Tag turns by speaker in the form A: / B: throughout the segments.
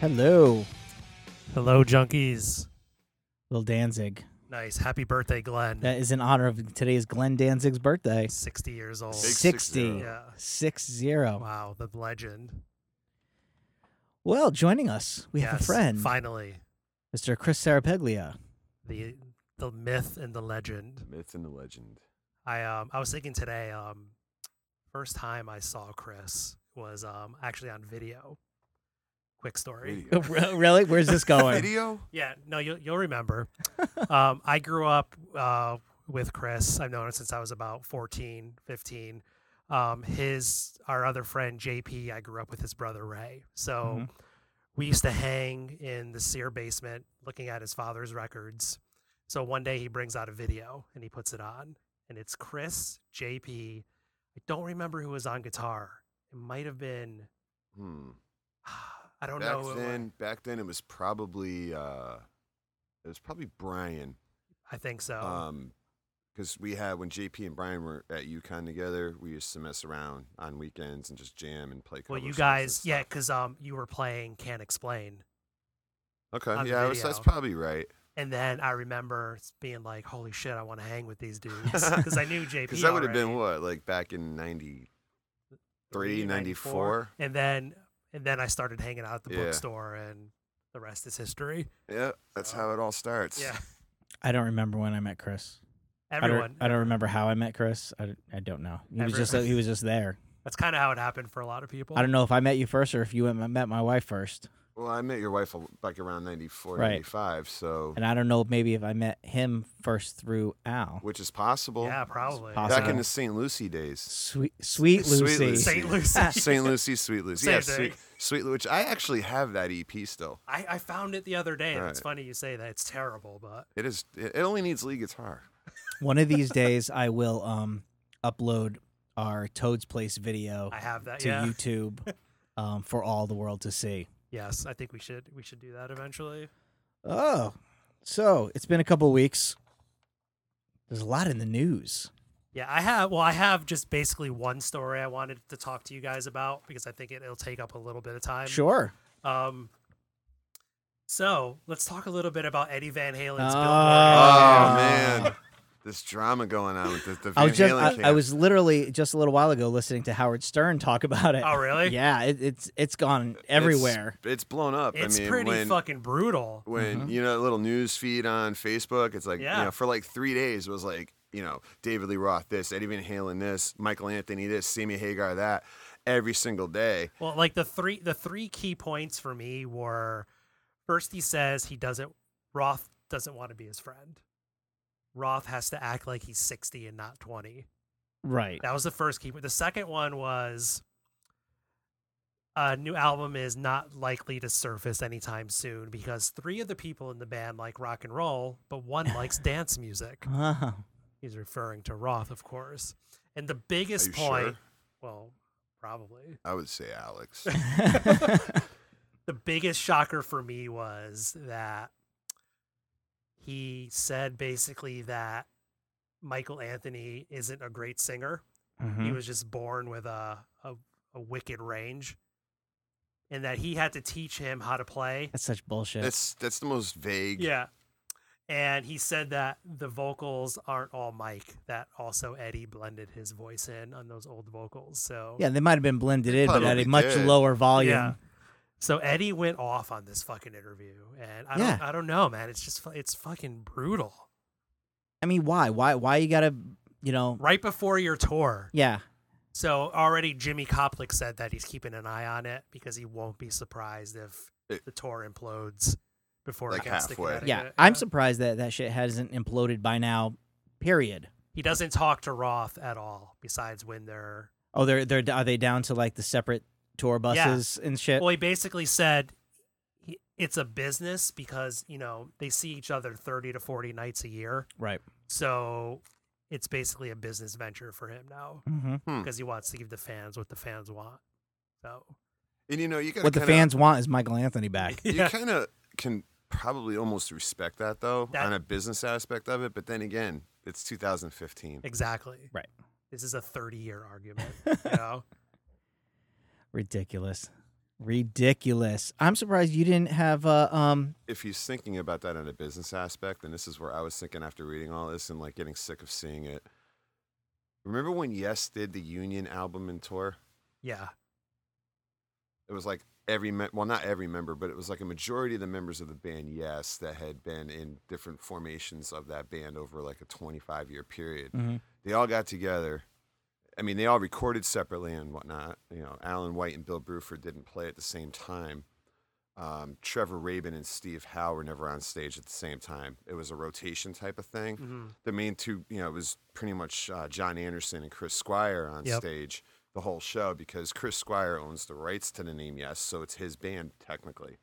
A: Hello,
B: Hello, junkies.
A: Lil Danzig.
B: Nice. Happy birthday, Glenn.
A: That is in honor of today's Glenn Danzig's birthday.
B: 60 years old.
C: Big
A: Sixty.
C: six-zero.
B: Yeah.
A: Six zero.
B: Wow, the legend.
A: Well, joining us, we have a
B: Yes,
A: friend,
B: Finally,
A: Mr. Chris Sarapeglia.
B: the the myth and the legend.
C: Myth and the legend.
B: I um I was thinking today um first time I saw Chris was um actually on video. Quick story.
C: Radio.
A: Oh, really? Where's this going?
C: Video?
B: Yeah, no, you'll you'll remember. um, I grew up uh, with Chris. I've known him since I was about 14, 15. Um, his our other friend JP. I grew up with his brother Ray. So
A: Mhm.
B: we used to hang in the Sear basement, looking at his father's records. So one day he brings out a video and he puts it on, and it's Chris JP. I don't remember who was on guitar. It might have been.
C: Hmm.
B: I don't
C: Back
B: know. who it was.
C: then, back then it was probably uh, it was probably Brian.
B: I think so.
C: Um, because we had when JP and Brian were at UConn together, we used to mess around on weekends and just jam and play.
B: Well,
C: cover
B: you
C: songs and
B: guys,
C: stuff.
B: yeah, because um, you were playing Can't Explain, on
C: Okay,
B: the
C: yeah, I was, that's
B: video.
C: probably right.
B: and then I remember s- being like, "Holy shit, I want to hang with these dudes," because I knew JP.
C: Because that would have been
B: already.
C: what, like back in '93, '94.
B: And then, and then I started hanging out at the
C: Yeah.
B: bookstore, and the rest is history.
C: Yeah, that's
B: So-
C: how it all starts.
B: Yeah,
A: I don't remember when I met Chris. I
B: everyone.
A: don't, I don't remember how I met Chris. I, I don't know. He was
B: Everyone.
A: just he was just there.
B: That's kind of how it happened for a lot of people.
A: I don't know if I met you first or if you met my wife first.
C: Well, I met your wife al- like around '94,
A: Right.
C: '95, so
A: And I don't know maybe if I met him first through Al.
C: which is possible.
B: Yeah, probably.
A: possible.
C: Back in the St. Lucie days.
A: Sweet, sweet
C: Sweet
A: Lucy.
C: Lucy.
B: St. Lucie.
C: St. Lucie, Sweet Lucie.
B: Same
C: Yeah,
B: thing.
C: Sweet, Sweet Lu- which I actually have that EP still.
B: I, I found it the other day. and It's
C: Right.
B: funny you say that. It's terrible, but
C: It is. It it only needs lead guitar.
A: One of these days, I will um, upload our Toad's Place video
B: I have that.
A: to
B: Yeah.
A: YouTube um, for all the world to see.
B: Yes, I think we should we should do that eventually.
A: Oh, so it's been a couple weeks. There's a lot in the news.
B: Yeah, I have. Well, I have just basically one story I wanted to talk to you guys about because I think it, it'll take up a little bit of time.
A: Sure.
B: Um. So let's talk a little bit about Eddie Van Halen's
C: Oh
A: Ah.
B: Billboard.
C: man, this drama going on with the, the Van
A: I was just
C: Halen
A: I, I
C: camp.
A: was literally just a little while ago listening to Howard Stern talk about it.
B: Oh, really?
A: Yeah, it, it's it's gone
C: It's-
A: everywhere.
C: It's, blown up.
B: It's
C: I mean,
B: pretty
C: when,
B: fucking brutal.
C: When
A: mm-hmm.
C: you know, that little news feed on Facebook, it's like
B: Yeah.
C: you know, for like three days it was like you know, David Lee Roth this, Eddie Van Halen this, Michael Anthony this, Sammy Hagar that, every single day.
B: Well, like the three the three key points for me were first he says he doesn't Roth doesn't want to be his friend. Roth has to act like he's sixty and not twenty.
A: right.
B: That was the first key. The second one was a new album is not likely to surface anytime soon because three of the people in the band like rock and roll, but one likes dance music.
A: Oh,
B: He's referring to Roth, of course. And the
C: Are
B: biggest
C: you sure?
B: point, well, probably.
C: I would say Alex.
B: The biggest shocker for me was that he said basically that Michael Anthony isn't a great singer.
A: Mhm.
B: he was just born with a, a a wicked range and that he had to teach him how to play
A: That's such bullshit.
C: That's that's the most vague.
B: yeah and he said that the vocals aren't all mike that also eddie blended his voice in on those old vocals so
A: yeah, they might have been blended in, but at
C: probably
A: a much
C: did.
A: lower volume.
B: Yeah. so eddie went off on this fucking interview and i
A: Yeah.
B: don't i don't know man it's just fu- it's fucking brutal
A: I mean, why? Why? Why you gotta? You know?
B: right before your tour
A: Yeah.
B: so already jimmy Koplik said that he's keeping an eye on it because he won't be surprised if
C: It-
B: the tour implodes before
C: Eh. Like
B: it gets to
C: halfway.
B: Connecticut.
A: yeah, I'm surprised that that shit hasn't imploded by now. Period.
B: He doesn't talk to Roth at all, besides when they're.
A: Oh, they're they're are they down to like the separate tour buses and shit?
B: Well, he basically said he, it's a business because, you know, they see each other 30 to 40 nights a year.
A: Right.
B: So it's basically a business venture for him now
A: Mm-hmm.
C: Hmm.
B: because he wants to give the fans what the fans want. So,
C: And you know, you got
A: What the fans want is Michael Anthony back.
C: You
B: Yeah.
C: kind of can probably almost respect that though
B: That-
C: on a business aspect of it, but then again, it's 2015.
B: exactly.
A: Right.
B: This is a 30 year argument, you know?
A: Ridiculous. Ridiculous. I'm surprised you didn't have uh, um
C: If he's thinking about that in a business aspect, and this is where I was thinking after reading all this and like getting sick of seeing it. Remember when Yes did the Union album and tour?
B: Yeah.
C: it was like every me- well not every member but it was like a majority of the members of the band yes that had been in different formations of that band over like a 25 year period
B: Mm-hmm.
A: Mhm.
C: they all got together i mean they all recorded separately and whatnot you know alan white and bill bruford didn't play at the same time um, trevor rabin and steve howe were never on stage at the same time it was a rotation type of thing
B: hmm
C: the main two, you know, it was pretty much uh, John Anderson and Chris Squire on
B: Yep.
C: stage the whole show because Chris Squire owns the rights to the name Yes, so it's his band technically.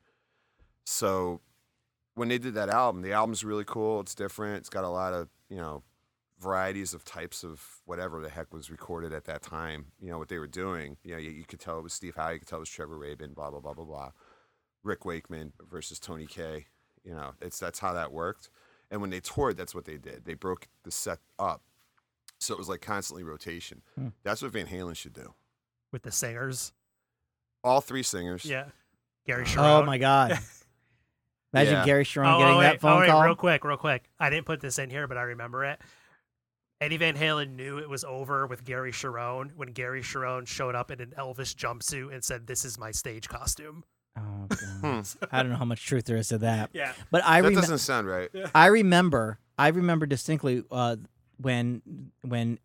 C: So when they did that album, the album's really cool. It's different. It's got a lot of you know varieties of types of whatever the heck was recorded at that time. You know what they were doing. You know, you, you could tell it was Steve Howe. You could tell it was Trevor Rabin. Blah blah blah blah blah. Rick Wakeman versus Tony K. You know, it's that's how that worked. And when they toured, that's what they did. They broke the set up. So it was like constantly rotation.
A: Hmm.
C: That's what Van Halen should do.
B: With the singers.
C: All three singers.
B: Yeah. Gary Sharon.
A: Oh my god! Imagine
C: Yeah.
A: Gary
B: Oh,
A: Sharon
B: oh,
A: getting
B: wait,
A: that phone
B: oh, wait,
A: call.
B: Real quick, real quick. I didn't put this in here, but I remember it. Eddie Van Halen knew it was over with Gary Sharon when Gary Sharon showed up in an Elvis jumpsuit and said, "This is my stage costume."
A: Oh, God.
C: Hmm.
A: I don't know how much truth there is to that,
B: Yeah.
A: but I
C: That
A: remember.
C: doesn't sound right.
A: I remember. I remember distinctly uh, when when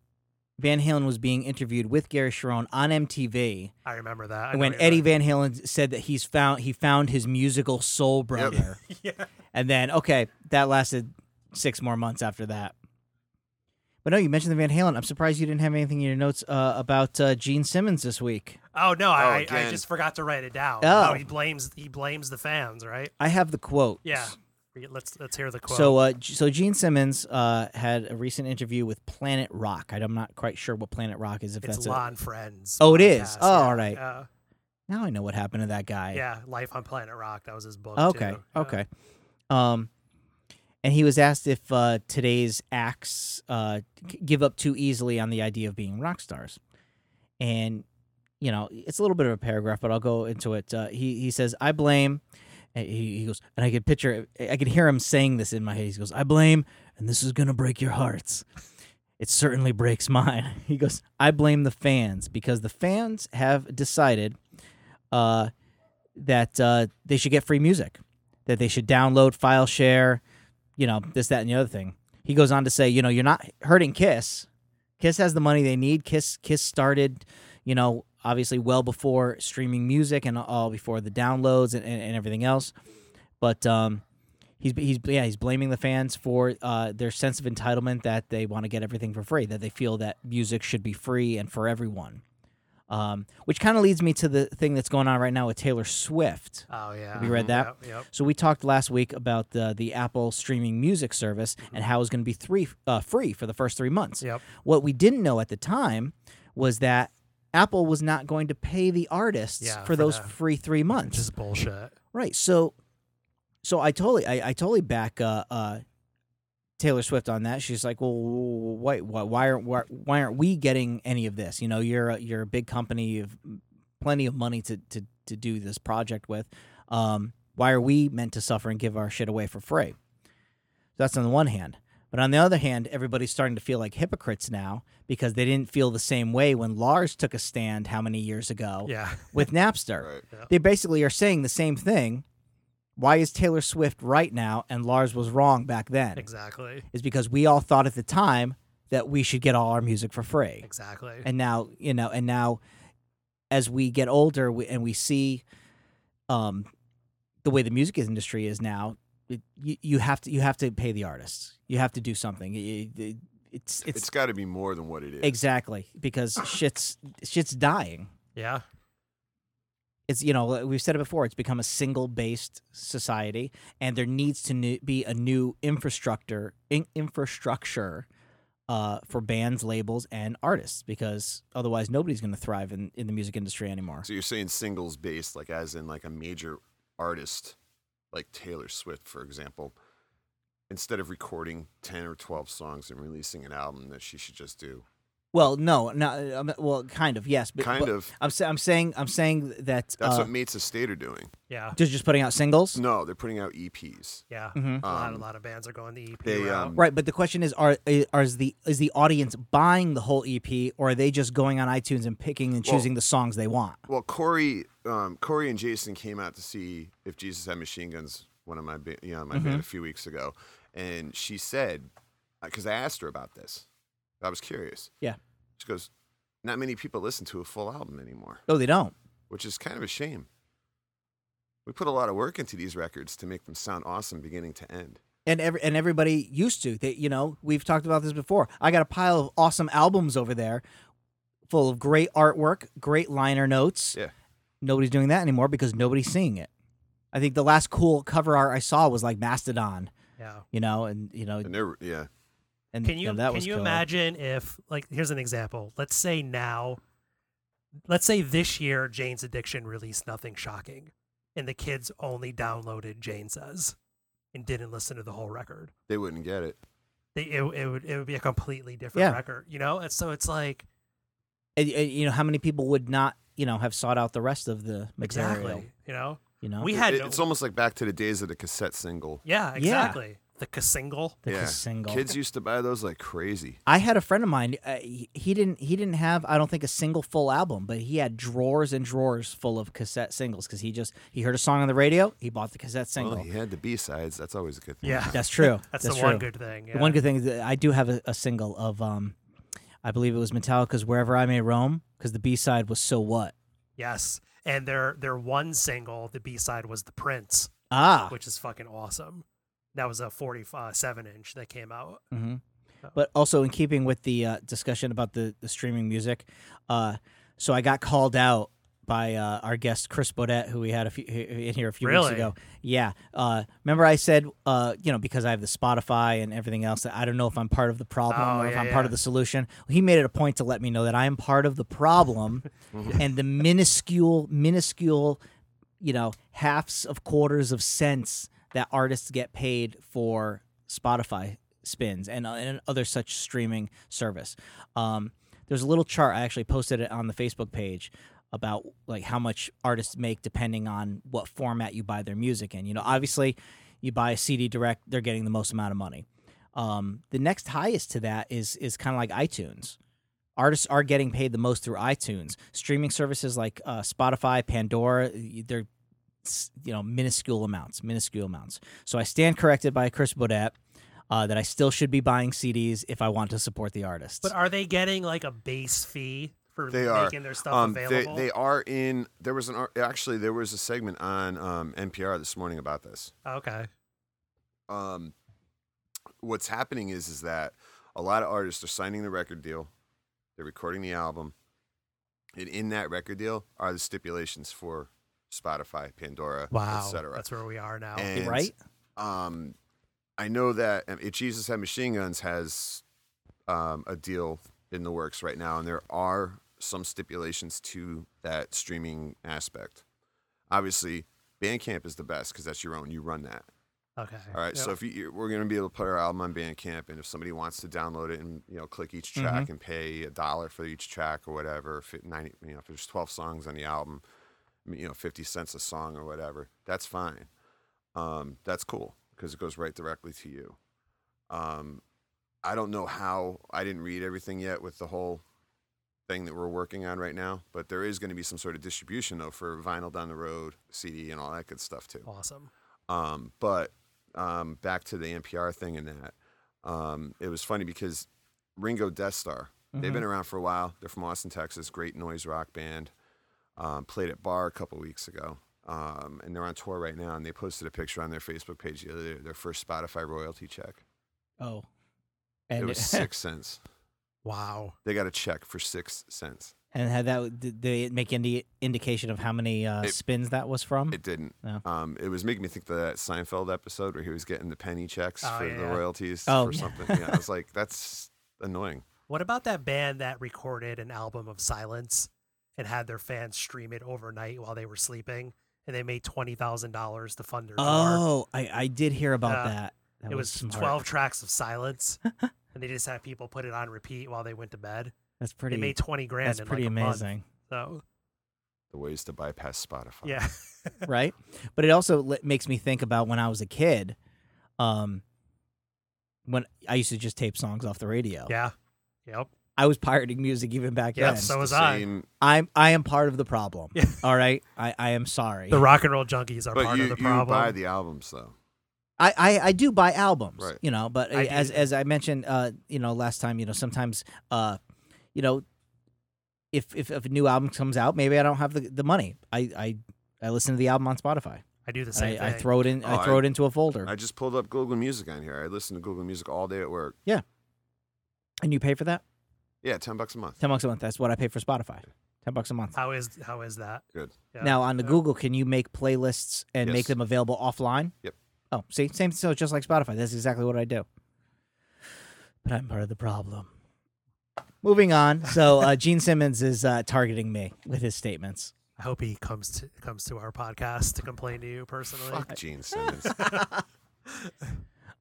A: Van Halen was being interviewed with Gary Sharon on MTV,
B: I remember that. I
A: and
B: know
A: when
B: you're
A: Eddie
B: right.
A: Van Halen said that he's found he found his musical soul brother,
B: yeah.
A: and then okay, that lasted six more months after that. But no, you mentioned the Van Halen. I'm surprised you didn't have anything in your notes uh, about uh, Gene Simmons this week.
B: Oh no,
C: Oh,
B: I, I I
C: again.
B: just forgot to write it down.
A: Oh.
B: he blames he blames the fans, right?
A: I have the quote.
B: Yeah. We- Let's let's hear the quote.
A: So, uh, G- so Gene Simmons uh, had a recent interview with Planet Rock. I- I'm not quite sure what Planet Rock is. If
B: it's
A: that's
B: Lon Friends.
A: Oh, it is.
B: podcast,
A: Oh,
B: yeah,
A: all right.
B: yeah.
A: a, now I know what happened to that guy.
B: yeah, Life on Planet Rock. That was his book.
A: Okay.
B: too. Yeah.
A: Okay. Um, and he was asked if uh, today's acts uh, g- give up too easily on the idea of being rock stars, and you know it's a little bit of a paragraph, but I'll go into it. Uh, he he says, "I blame." and He, he goes, and I could picture, I could hear him saying this in my head. He goes, "I blame," and this is gonna break your hearts. It certainly breaks mine. He goes, "I blame the fans because the fans have decided." Uh, that uh, they should get free music, that they should download, file share, you know, this, that, and the other thing. He goes on to say, you know, you're not hurting Kiss. Kiss has the money they need. Kiss, Kiss started, you know, obviously well before streaming music and all before the downloads and, and, and everything else. But um, he's he's yeah he's blaming the fans for uh, their sense of entitlement that they want to get everything for free, that they feel that music should be free and for everyone. Um, which kind of leads me to the thing that's going on right now with Taylor Swift.
B: Oh yeah.
A: you read that?
B: Yep. yep.
A: So we talked last week about the the Apple streaming music service
B: Mm-hmm.
A: and how it was going to be three uh, free for the first three months.
B: Yep.
A: What we didn't know at the time was that Apple was not going to pay the artists
B: Yeah,
A: for,
B: for
A: those
B: the-
A: free three months.
B: Which is bullshit.
A: Right. So, so I totally, I, I totally back uh, uh, Taylor Swift on that. She's like, well, why, why, why aren't, why, why aren't we getting any of this? You know, you're a, you're a big company. You've plenty of money to to to do this project with. Um, why are we meant to suffer and give our shit away for free? That's on the one hand. But on the other hand, everybody's starting to feel like hypocrites now because they didn't feel the same way when Lars took a stand how many years ago
B: Yeah.
A: with Napster
C: Right.
A: they basically are saying the same thing. Why is Taylor Swift right now and Lars was wrong back then?
B: Exactly.
A: Is because we all thought at the time that we should get all our music for free.
B: Exactly.
A: And now, you know, and now as we get older we, and we see um the way the music industry is now, it, you, you have to you have to pay the artists. You have to do something. It- it- it's it's,
C: it's got to be more than what it is.
A: exactly because shit's shit's dying.
B: yeah.
A: it's you know we've said it before it's become a single based society and there needs to ne- be a new infrastructure in- infrastructure uh, for bands labels and artists because otherwise nobody's going to thrive in, in the music industry anymore
C: So you're saying singles based, like as in like a major artist, like Taylor Swift, for example, instead of recording ten or twelve songs and releasing an album, that she should just do
A: Well, no, no. um, Well, kind of, yes. But,
C: Kind
A: but
C: of.
A: I'm, sa- I'm saying I'm saying that
C: That's
A: uh,
C: what Mates of State are doing.
B: Yeah,
A: just just putting out singles.
C: No, they're putting out EPs.
B: yeah.
A: Mhm.
B: a lot, a
C: Um,
B: lot of bands are going the EP
C: they,
B: route.
C: um,
A: Right, but the question is: Are i- are is the is the audience buying the whole EP, or are they just going on iTunes and picking and
C: Well-
A: choosing the songs they want?
C: Well, Corey, um, Corey and Jason came out to see if Jesus had machine guns. One of my, ba- you know, my
A: Mm-hmm.
C: band a few weeks ago, and she said, because I asked her about this, I was curious.
A: Yeah.
C: She goes, not many people listen to a full album anymore,
A: No, they don't.
C: which is kind of a shame. We put a lot of work into these records to make them sound awesome beginning to end.
A: and every and everybody used to. They, you know, we've talked about this before. I got a pile of awesome albums over there, full of great artwork, great liner notes.
C: Yeah.
A: Nobody's doing that anymore because nobody's seeing it. I think the last cool cover art I saw was like Mastodon,
B: Yeah.
A: you know, and you know,
C: And they're, yeah,
A: and
B: Can you
A: know, that
B: can
A: was
B: you
A: cool.
B: imagine if like here's an example. Let's say now, let's say this year Jane's Addiction released nothing shocking, and the kids only downloaded Jane Says, and didn't listen to the whole record.
C: they wouldn't get it.
B: They, it, it would it would be a completely different
A: Yeah.
B: record, you know. And so it's like
A: And- and, you know, how many people would not, you know, have sought out the rest of the material?
B: exactly, you know.
A: You know,
B: We had
C: It-
B: no-
C: it's almost like back to the days of the cassette single.
B: yeah exactly the k- single.
A: the
C: yeah.
A: single.
C: Kids used to buy those like crazy.
A: I had a friend of mine. Uh, he he didn't. He didn't have. I don't think a single full album, but he had drawers and drawers full of cassette singles because he just he heard a song on the radio. He bought the cassette single.
C: Well, he had the B sides. That's always a good thing.
B: Yeah,
A: That's true.
B: that's, the
A: true.
B: one good thing.
A: The
B: yeah.
A: one good thing is that I do have a, a single of um, I believe it was Metallica's "Wherever I May Roam" because the B side was "So What."
B: Yes, and their their one single, the B side was the Prince,
A: Ah,
B: which is fucking awesome. That was a forty-seven inch that came out.
A: hmm But also in keeping with the uh, discussion about the, the streaming music, uh, so I got called out by uh, our guest Chris Baudet, who we had a few, in here a few
B: Really?
A: weeks ago. Yeah, uh, remember I said, uh, you know, because I have the Spotify and everything else, that I don't know if I'm part of the problem
B: Oh,
A: or if
B: yeah,
A: I'm part
B: yeah.
A: of the solution. He made it a point to let me know that I am part of the problem, and the minuscule, minuscule, you know, halves of quarters of cents that artists get paid for Spotify spins and, uh, and other such streaming service. Um, there's a little chart I actually posted it on the Facebook page about like how much artists make depending on what format you buy their music in. You know, obviously, you buy a CD direct, they're getting the most amount of money. Um, the next highest to that is is kind of like iTunes. Artists are getting paid the most through iTunes. Streaming services like uh, Spotify, Pandora, they're s- you know minuscule amounts, minuscule amounts. So I stand corrected by Chris Baudet uh, that I still should be buying CDs if I want to support the artists.
B: But are they getting like a base fee for
C: They are.
B: making their stuff
C: um, they,
B: available?
C: they are in. There was an ar- actually there was a segment on um, NPR this morning about this.
B: okay.
C: Um, what's happening is is that a lot of artists are signing the record deal, they're recording the album, and in that record deal are the stipulations for Spotify, Pandora,
B: Wow.
C: etc.
B: That's where we are now.
C: And,
A: right?
C: Um, I know that um, it, Jesus had Machine Guns has um, a deal in the works right now, and there are some stipulations to that streaming aspect. Obviously, Bandcamp is the best because that's your own. You run that.
B: okay.
C: All right. So
B: Yeah.
C: if you, you- we're going to be able to put our album on Bandcamp, and if somebody wants to download it and you know click each track
B: Mm-hmm.
C: and pay a dollar for each track or whatever, if it, ninety, you know, if there's twelve songs on the album, I mean, you know, fifty cents a song or whatever, that's fine. Um, that's cool because it goes right directly to you. Um, I don't know how I didn't read everything yet with the whole thing that we're working on right now, but there is going to be some sort of distribution though for vinyl down the road, CD, and all that good stuff too.
B: awesome.
C: Um, but um, back to the NPR thing and that, um, it was funny because Ringo Death Star,
A: Mm-hmm.
C: they've been around for a while. They're from Austin, Texas. Great noise rock band. Um, played at Bar a couple weeks ago. Um, and they're on tour right now. And they posted a picture on their Facebook page the other day, their first Spotify royalty check.
A: Oh,
C: It
A: and
C: was six cents.
B: Wow.
C: They got a check for six cents.
A: and had that did they make any indication of how many uh,
C: It-
A: spins that was from?
C: It didn't.
A: No.
C: Um, it was making me think of that Seinfeld episode where he was getting the penny checks
B: Oh,
C: for the
B: yeah.
C: royalties
A: Oh,
C: for
A: yeah.
C: something. Yeah, I was like, that's annoying.
B: What about that band that recorded an album of silence and had their fans stream it overnight while they were sleeping, and they made twenty thousand dollars to fund their tour?
A: oh, I, I did hear about
B: Yeah.
A: that. That
B: it was
A: smart.
B: twelve tracks of silence, and they just had people put it on repeat while they went to bed.
A: That's pretty.
B: they made 20 grand
A: that's
B: in
A: pretty
B: like a month.
A: amazing,
B: So,
C: The ways to bypass Spotify.
B: yeah.
A: right? But it also le- makes me think about when I was a kid, um, when I used to just tape songs off the radio.
B: Yeah. Yep.
A: I was pirating music even back
B: Yeah,
A: then.
B: so
C: The
B: was I.
C: same-
A: I'm I am part of the problem.
B: Yeah.
A: All right, I, I am sorry.
B: The rock and roll junkies are
C: But
B: part
C: you,
B: of the
C: you
B: problem.
C: buy the albums though.
A: I, I, I do buy albums,
C: Right.
A: you know, but
B: I do
A: as
B: too.
A: as I mentioned, uh, you know, last time, you know, sometimes, uh, you know, if if, if a new album comes out, maybe I don't have the, the money. I, I I listen to the album on Spotify.
B: I do the
A: I,
B: same
A: I
B: thing.
A: throw it in.
C: Oh,
A: I
C: I-
A: throw it into a folder,
C: I just pulled up Google Music on here. I listen to Google Music all day at work.
A: and you pay for that
C: Yeah, ten bucks a month.
A: ten bucks a month. That's what I pay for Spotify. Ten bucks a month.
B: how is how is that?
C: Good.
B: Yeah.
A: Now on the
B: Yeah.
A: Google, can you make playlists and make
C: Yes.
A: them available offline?
C: Yep.
A: Oh, see, same. So just like Spotify, that's exactly what I do. But I'm part of the problem. Moving on. So uh, Gene Simmons is uh, targeting me with his statements.
B: I hope he comes to comes to our podcast to complain to you personally.
C: Fuck Gene Simmons.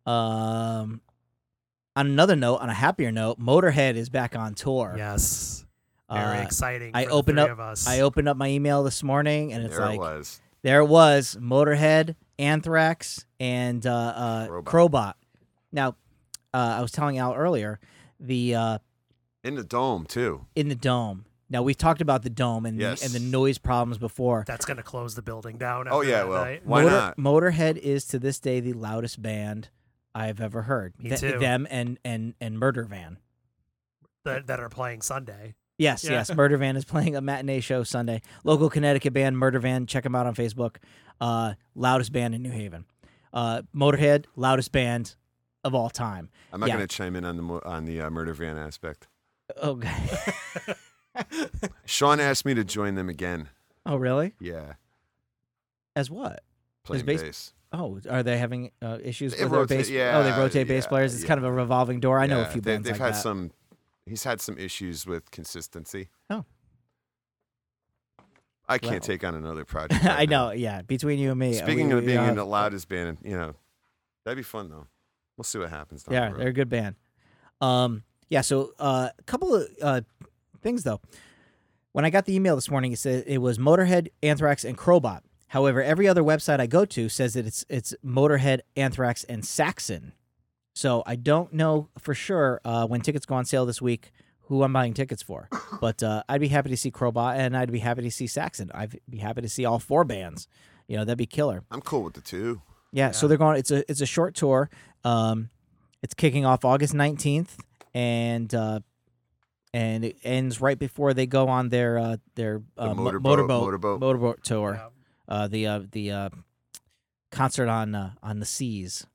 A: Um, on another note, on a happier note, Motorhead is back on tour.
B: Yes. Very
A: Uh,
B: exciting.
A: I
B: for the
A: opened
B: three
A: up-
B: Of us.
A: I opened up my email this morning, and it's
C: there
A: like
C: it was.
A: There it was Motorhead, Anthrax, and uh, uh, Crowbot.
C: Crowbot.
A: Now, uh, I was telling Al earlier the uh,
C: In the dome too.
A: in the dome. Now we talked about the dome and
C: Yes.
A: the, and the noise problems before.
B: That's gonna close the building down.
C: Oh
B: after
C: yeah,
B: that
C: well,
B: night.
C: why
A: Motor-
C: not?
A: Motorhead is to this day the loudest band I've ever heard.
B: Me
A: Th-
B: too.
A: Them and and and Murder Van.
B: that, that are playing Sunday.
A: Yes,
B: Yeah.
A: yes. Murder Van is playing a matinee show Sunday. Local Connecticut band, Murder Van. Check them out on Facebook. Uh, loudest band in New Haven. Uh, Motorhead, loudest band of all time.
C: I'm not
A: yeah.
C: going to chime in on the mo- on the uh, murder van aspect.
A: Okay.
C: Sean asked me to join them again.
A: oh, really?
C: Yeah,
A: As what?
C: playing
A: bass-
C: bass.
A: Oh, are they having uh, issues
C: They
A: with their
C: rotate-
A: bass? oh, they
C: yeah,
A: rotate bass
C: yeah,
A: players. It's
C: yeah.
A: kind of a revolving door. I know a
C: Yeah,
A: few
C: they,
A: bands
C: They've
A: like
C: had
A: that.
C: some. He's had some issues with consistency.
A: Oh.
C: I can't
A: Well.
C: take on another project. right
A: I
C: now.
A: know. Yeah, between you and me. uh,
C: Speaking
A: we-
C: of
A: we
C: being in
A: have-
C: the loudest band, you know, that'd be fun though. We'll see what happens. Down
A: Yeah,
C: the road.
A: they're a good band. Um, yeah. So uh, a couple of uh, things though. When I got the email this morning, it said it was Motorhead, Anthrax, and Crowbot. However, every other website I go to says that it's it's Motorhead, Anthrax, and Saxon. So I don't know for sure uh, when tickets go on sale this week who I'm buying tickets for. But uh, I'd be happy to see Crowbot and I'd be happy to see Saxon. I'd be happy to see all four bands. You know, that'd be killer.
C: I'm cool with the two.
A: Yeah, so
B: Yeah.
A: they're going. It's a it's a short tour. Um, it's kicking off August nineteenth, and uh, and it ends right before they go on their uh, their uh, mo-
C: motorboat-
A: motorboat,
C: motorboat.
A: motorboat tour.
B: Yeah.
A: Uh, the uh, the uh, concert on uh, on the seas.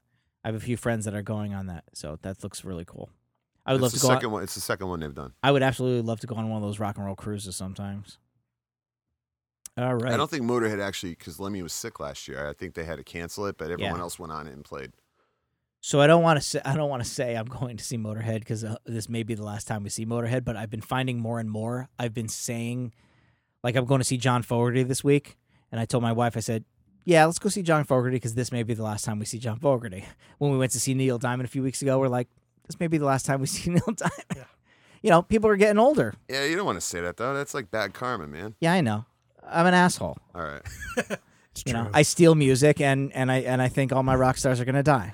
A: I have a few friends that are going on that, so that looks really cool. I would
C: it's
A: love
C: the
A: to go.
C: second
A: On,
C: one. It's the second one they've done.
A: I would absolutely love to go on one of those rock and roll cruises sometimes. All right.
C: I don't think Motorhead actually, because Lemmy was sick last year. I think they had to cancel it, but everyone
A: Yeah.
C: else went on it and played.
A: So I don't want to say I don't want to say I'm going to see Motorhead because uh, this may be the last time we see Motorhead. But I've been finding more and more. I've been saying, like I'm going to see John Fogerty this week, and I told my wife I said, "Yeah, let's go see John Fogerty because this may be the last time we see John Fogerty." When we went to see Neil Diamond a few weeks ago, we're like, "This may be the last time we see Neil Diamond."
B: Yeah.
A: You know, people are getting older.
C: Yeah, you don't want to say that though. That's like bad karma, man.
A: Yeah, I know. I'm an asshole.
C: All right.
B: It's
A: You
B: true.
A: know, I steal music, and and I and I think all my rock stars are gonna die.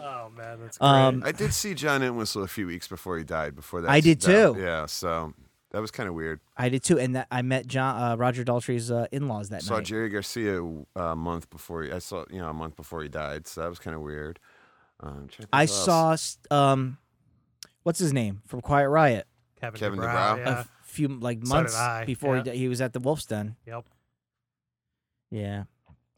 B: oh man, that's great.
A: Um,
C: I did see John Entwistle a few weeks before he died. Before that,
A: I did
C: that-
A: too.
C: Yeah, so that was kind of weird.
A: I did too, and that, I met John uh, Roger Daltrey's uh, in-laws that
C: saw
A: night.
C: Jerry Garcia uh, a month before. He, I saw you know a month before he died, so that was kind of weird. Um, trying to think
A: I
C: who else.
A: saw s- um, what's his name from Quiet Riot
B: Kevin,
C: Kevin
B: DeBrow,
C: DeBrow.
A: a
B: Yeah.
A: f- few like
B: So
A: months
B: did I,
A: before
B: yeah.
A: he, di- he was at the Wolf's Den.
B: Yep.
A: Yeah.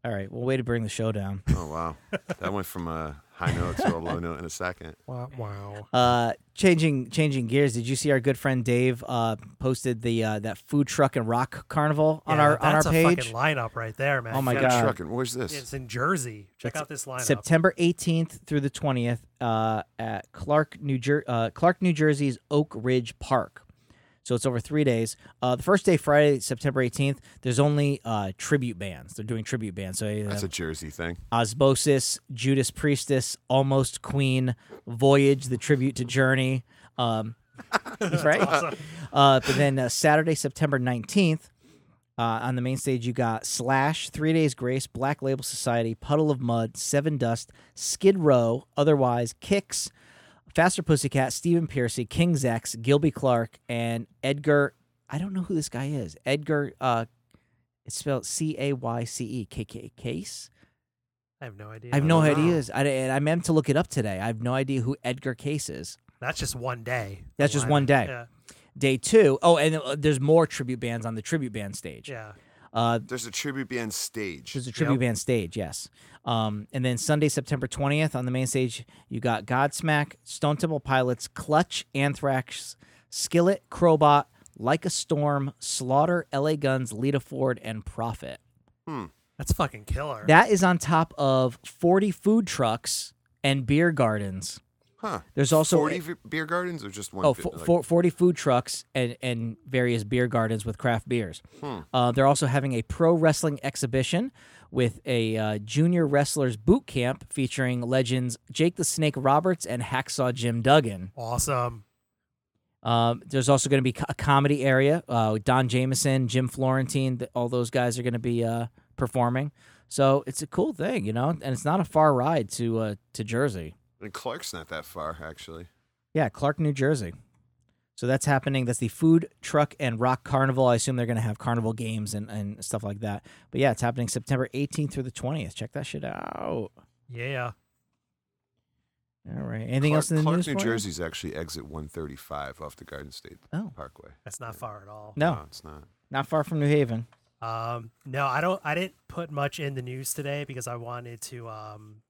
A: All right. Well, way to bring the show down.
C: Oh wow, that went from a high note to a low note in a second.
B: Wow. wow.
A: Uh, changing changing gears. Did you see our good friend Dave uh, posted the uh, that food truck and rock carnival on
B: Yeah,
A: our on our
B: that's a
A: page?
B: fucking lineup right there, man.
A: Oh my
B: Yeah,
A: God.
C: Trucking. Where's this?
B: It's in Jersey. Check
A: It's
B: out this lineup.
A: September 18th through the 20th uh, at Clark, New Jer- uh, Clark, New Jersey's Oak Ridge Park. So it's over three days. Uh, the first day, Friday, September 18th, there's only uh, tribute bands. They're doing tribute bands. So you
C: That's
A: have
C: a Jersey thing.
A: Osmosis, Judas Priestess, Almost Queen, Voyage, the tribute to Journey. Um, right?
B: Awesome.
A: Uh, but then uh, Saturday, September 19th, uh, on the main stage, you got Slash, Three Days Grace, Black Label Society, Puddle of Mud, Seven Dust, Skid Row, Otherwise, Kicks, Faster Pussycat, Stephen Piercy, King Zex, Gilby Clark, and Edgar. I don't know who this guy is. Edgar, uh, it's spelled C A Y C E, K K Case.
B: I have no idea.
A: I have no
C: don't know.
A: idea. I, and I meant to look it up today. I have no idea who Edgar Case is.
B: That's just one day.
A: That's just
B: Lineup.
A: one day.
B: Yeah.
A: Day two, oh, and uh, there's more tribute bands on the tribute band stage.
B: Yeah.
A: Uh,
C: There's a tribute band stage.
A: There's a tribute band stage, yes. Um, and then Sunday, September 20th, on the main stage, you got Godsmack, Stone Temple Pilots, Clutch, Anthrax, Skillet, Crowbot, Like a Storm, Slaughter, LA Guns, Lita Ford, and Profit.
B: That's fucking killer.
A: That is on top of 40 food trucks and beer gardens.
C: Huh.
A: There's also
C: 40 v- beer gardens or just one?
A: Oh,
C: fi-
A: fo-
C: like-
A: fo- 40 food trucks and, and various beer gardens with craft beers.
C: Hmm.
A: Uh, they're also having a pro wrestling exhibition with a uh, junior wrestlers boot camp featuring legends Jake the Snake Roberts and Hacksaw Jim Duggan.
B: awesome.
A: Um, there's also going to be co- a comedy area. Uh, with Don Jameson, Jim Florentine, th- all those guys are going to be uh, performing. So it's a cool thing, you know, and it's not a far ride to uh, to Jersey.
C: And Clark's not that far, actually.
A: Yeah, Clark, New Jersey. So that's happening. That's the food truck and rock carnival. I assume they're going to have carnival games and, and stuff like that. But yeah, it's happening September 18th through the 20th. Check that shit out.
B: Yeah.
A: All right. Anything
C: Clark,
A: else in the
C: Clark,
A: news?
C: New
A: for you?
C: Jersey's actually exit 135 off the Garden State
A: Oh.
C: Parkway.
B: That's not far at all.
A: No,
C: it's not.
A: not far from New Haven.
B: Um, no, I don't. I didn't put much in the news today because I wanted to. Um,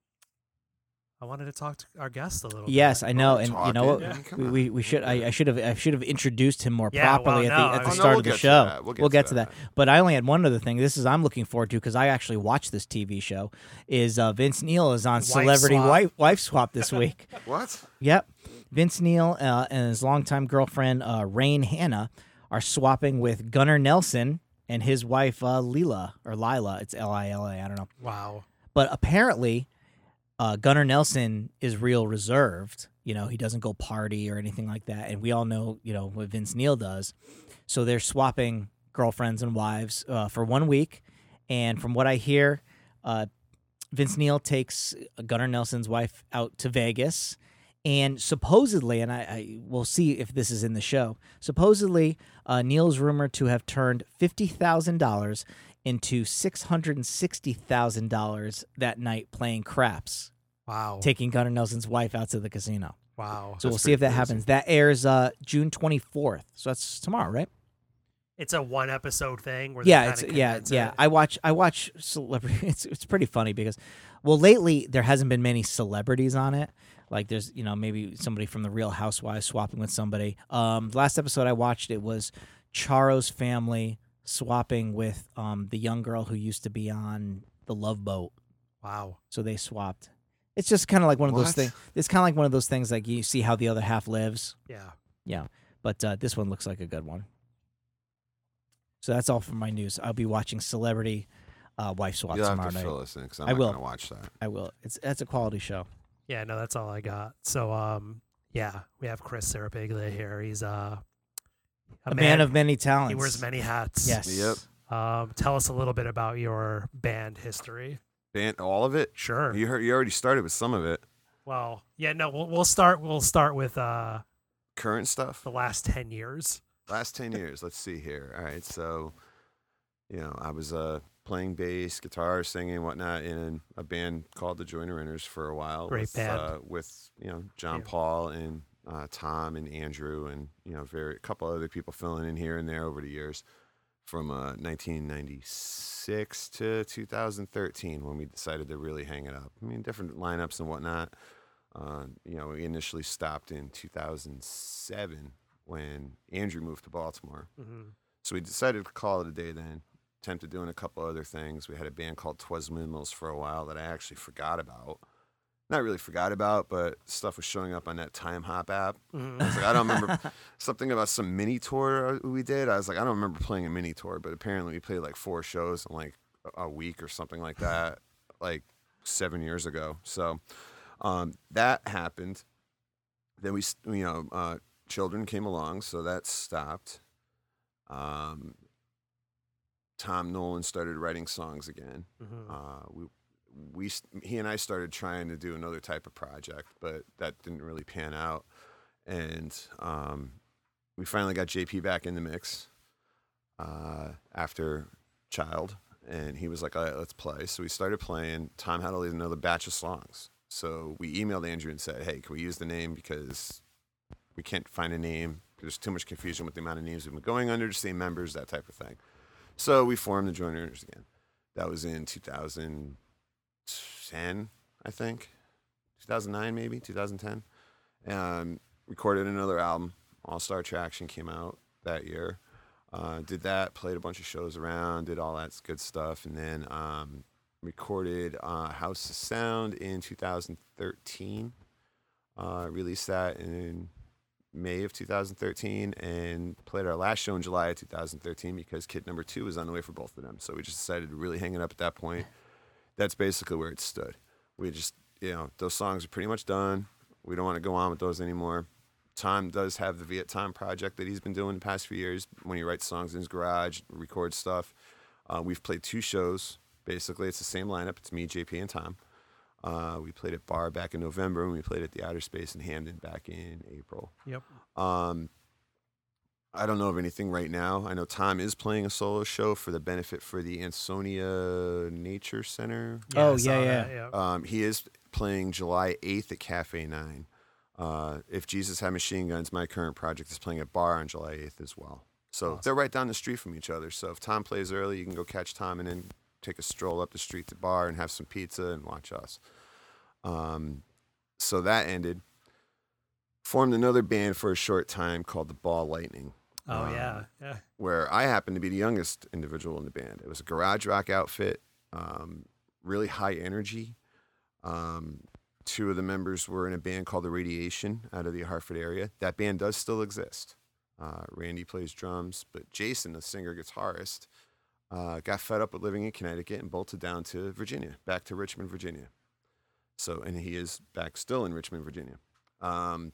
B: I wanted to talk to our guest a little.
A: Yes,
B: bit.
A: I know.
C: we're
A: And you know what?
C: talking. Yeah, come
A: We,
C: on.
A: we, we should I, I should have I should have introduced him more
B: Yeah, well,
A: properly at the
B: no,
A: at
B: I
A: the
B: mean-
A: start
C: Oh, no,
A: of the
C: we'll get to
A: show.
C: that. We'll get to
A: to that.
C: that.
A: But I only had one other thing. This is I'm looking forward to because I actually watched this TV show. Is uh, Vince Neil is on Celebrity
B: Swap.
A: Wife Wife Swap this week.
C: What?
A: Yep. Vince Neil uh, and his longtime girlfriend, uh, Rain Hanna, are swapping with Gunnar Nelson and his wife, uh, Lila, or Lila. It's L I L A. I don't know.
B: Wow.
A: But apparently, uh, Gunnar Nelson is real reserved. You know, he doesn't go party or anything like that. And we all know, you know, what Vince Neil does. So they're swapping girlfriends and wives uh, for one week. And from what I hear, uh, Vince Neil takes Gunnar Nelson's wife out to Vegas. And supposedly, and I, I will see if this is in the show, supposedly, uh, Neil's rumored to have turned $50,000 into $660,000 that night playing craps,
B: Wow.
A: taking Gunnar Nelson's wife out to the casino.
B: wow.
A: So we'll
C: Oh. That's
A: see if that
C: pretty crazy.
A: happens. That airs uh, June 24th. So that's tomorrow, right?
B: It's a one episode thing. Where they
A: yeah,
B: kinda
A: it's yeah,
B: condense
A: yeah.
B: it.
A: I watch I watch celebrity. It's it's pretty funny because, well, lately there hasn't been many celebrities on it. Like there's you know maybe somebody from the Real Housewives swapping with somebody. Um, last episode I watched it was Charo's family swapping with um the young girl who used to be on the Love Boat.
B: wow.
A: So they swapped. It's just kind of like one of those
C: What?
A: things. It's kind of like one of those things like you see how the other half lives.
B: Yeah.
A: But uh, this one looks like a good one. So that's all for my news. I'll be watching Celebrity uh, Wife Swap
C: You'll
A: tomorrow
C: have to
A: night.
C: fill us in because I'm
A: I
C: not
A: will.
C: going to watch that.
A: I will. It's that's a quality show.
B: Yeah. No, that's all I got. So um, yeah, we have Chris Sarapiglia here. He's uh,
A: A, man, of many talents.
B: He wears many hats.
A: Yes.
C: Yep.
B: Um, tell us a little bit about your band history.
C: Ban- all of it?
B: Sure.
C: You, heard, you already started with some of it.
B: Well, yeah, no, we'll, we'll start. We'll start with uh,
C: Current stuff?
B: the last ten years.
C: Last 10 years. Let's see here. All right. So, you know, I was uh, playing bass, guitar, singing, whatnot in a band called the Joiner Inners for a while.
B: Great
C: with,
B: band.
C: Uh, with, you know, John
B: Yeah.
C: Paul and uh, Tom and Andrew and, you know, very, a couple other people filling in here and there over the years from uh, 1996 to 2013 when we decided to really hang it up. I mean, different lineups and whatnot. Uh, you know, we initially stopped in 2007 when Andrew moved to Baltimore.
B: Mm-hmm.
C: So we decided to call it a day then. Attempted doing a couple other things. We had a band called Twas Moonmills for a while that I actually forgot about. not really forgot about, but stuff was showing up on that Time Hop app.
B: Mhm.
C: I was like, I don't remember something about some mini tour uh, we did. I was like, I don't remember playing a mini tour, but apparently we played like four shows in like a- a week or something like that, like seven years ago. So um, that happened. Then we, s- you know, uh, children came along, so that stopped. Um, Tom Nolan started writing songs again.
B: Mhm.
C: Uh, we we s- he and I started trying to do another type of project, but that didn't really pan out. And um, we finally got JP back in the mix uh, after Child, and he was like, "All right, let's play." So we started playing. Tom had to lead another batch of songs, so we emailed Andrew and said, "Hey, can we use the name because we can't find a name? There's too much confusion with the amount of names we've been going under, just the members, that type of thing." So we formed the Joint Owners again. That was in 2010, I think, 2009 maybe, 2010. Um, recorded another album, All Star Traction came out that year. Uh, did that, played a bunch of shows around, did all that good stuff, and then um, recorded uh, House of Sound in 2013. Uh, released that in May of 2013 and played our last show in July of 2013 because kit number two was on the way for both of them. So we just decided to really hang it up at that point. That's basically where it stood. We just, you know, those songs are pretty much done. We don't want to go on with those anymore. Tom does have the Viet Tom project that he's been doing the past few years when he writes songs in his garage, records stuff. Uh, we've played two shows. Basically, it's the same lineup. It's me, JP, and Tom. Uh, we played at Bar back in November, and we played at the Outer Space in Hamden back in April.
B: Yep.
C: Um, I don't know of anything right now. I know Tom is playing a solo show for the benefit for the Ansonia Nature Center.
A: Oh,
B: I
A: yeah,
B: saw
A: yeah.
B: that, yeah.
C: Um, he is playing July 8th at Cafe 9. Uh, if Jesus Had Machine Guns, my current project, is playing at Bar on July 8th as well. So they're right down the street from each other. So if Tom plays early, you can go catch Tom and then take a stroll up the street to Bar and have some pizza and watch us. Um, so that ended. Formed another band for a short time called the Ball Lightning
A: Uh,
B: Oh
C: Um,
B: yeah, yeah.
C: where I happened to be the youngest individual in the band. It was a garage rock outfit, um, really high energy. Um, two of the members were in a band called The Radiation out of the Hartford area. That band does still exist. Uh, Randy plays drums, but Jason, the singer guitarist, uh, got fed up with living in Connecticut and bolted down to Virginia, back to Richmond, Virginia. So, and he is back still in Richmond, Virginia. Um,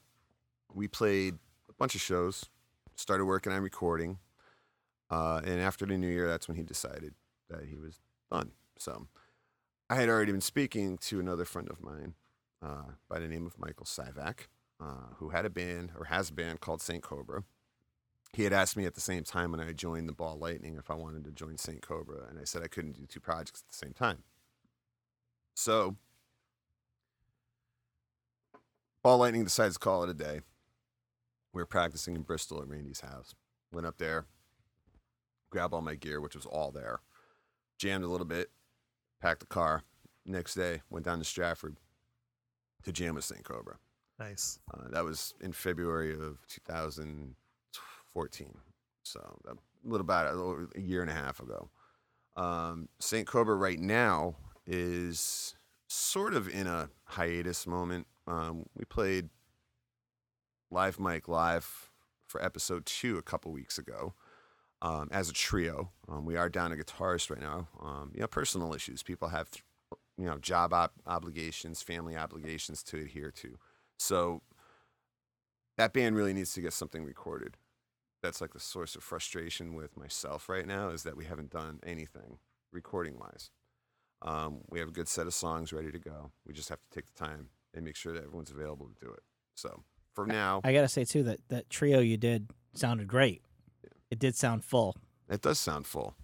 C: we played a bunch of shows, started working on recording. Uh, and after the new year, that's when he decided that he was done. So I had already been speaking to another friend of mine uh, by the name of Michael Sivak, uh, who had a band or has a band called St. Cobra. He had asked me at the same time when I joined the Ball Lightning if I wanted to join St. Cobra, and I said I couldn't do two projects at the same time. So Ball Lightning decides to call it a day. We were practicing in Bristol at Randy's house. Went up there, grab all my gear, which was all there. Jammed a little bit, packed the car. Next day, went down to Stratford to jam with St. Cobra.
B: Nice.
C: Uh, that was in February of 2014. So a little about a, little- a year and a half ago. Um, St. Cobra right now is sort of in a hiatus moment. Um, we played live mic live for episode two a couple weeks ago um, as a trio. Um, we are down a guitarist right now. Um, you know, personal issues. People have, you know, job op- obligations, family obligations to adhere to. So that band really needs to get something recorded. That's like the source of frustration with myself right now is that we haven't done anything recording wise. Um, we have a good set of songs ready to go. We just have to take the time and make sure that everyone's available to do it. So for now,
A: I gotta say too that that trio you did sounded great. It did sound full.
C: it does sound full.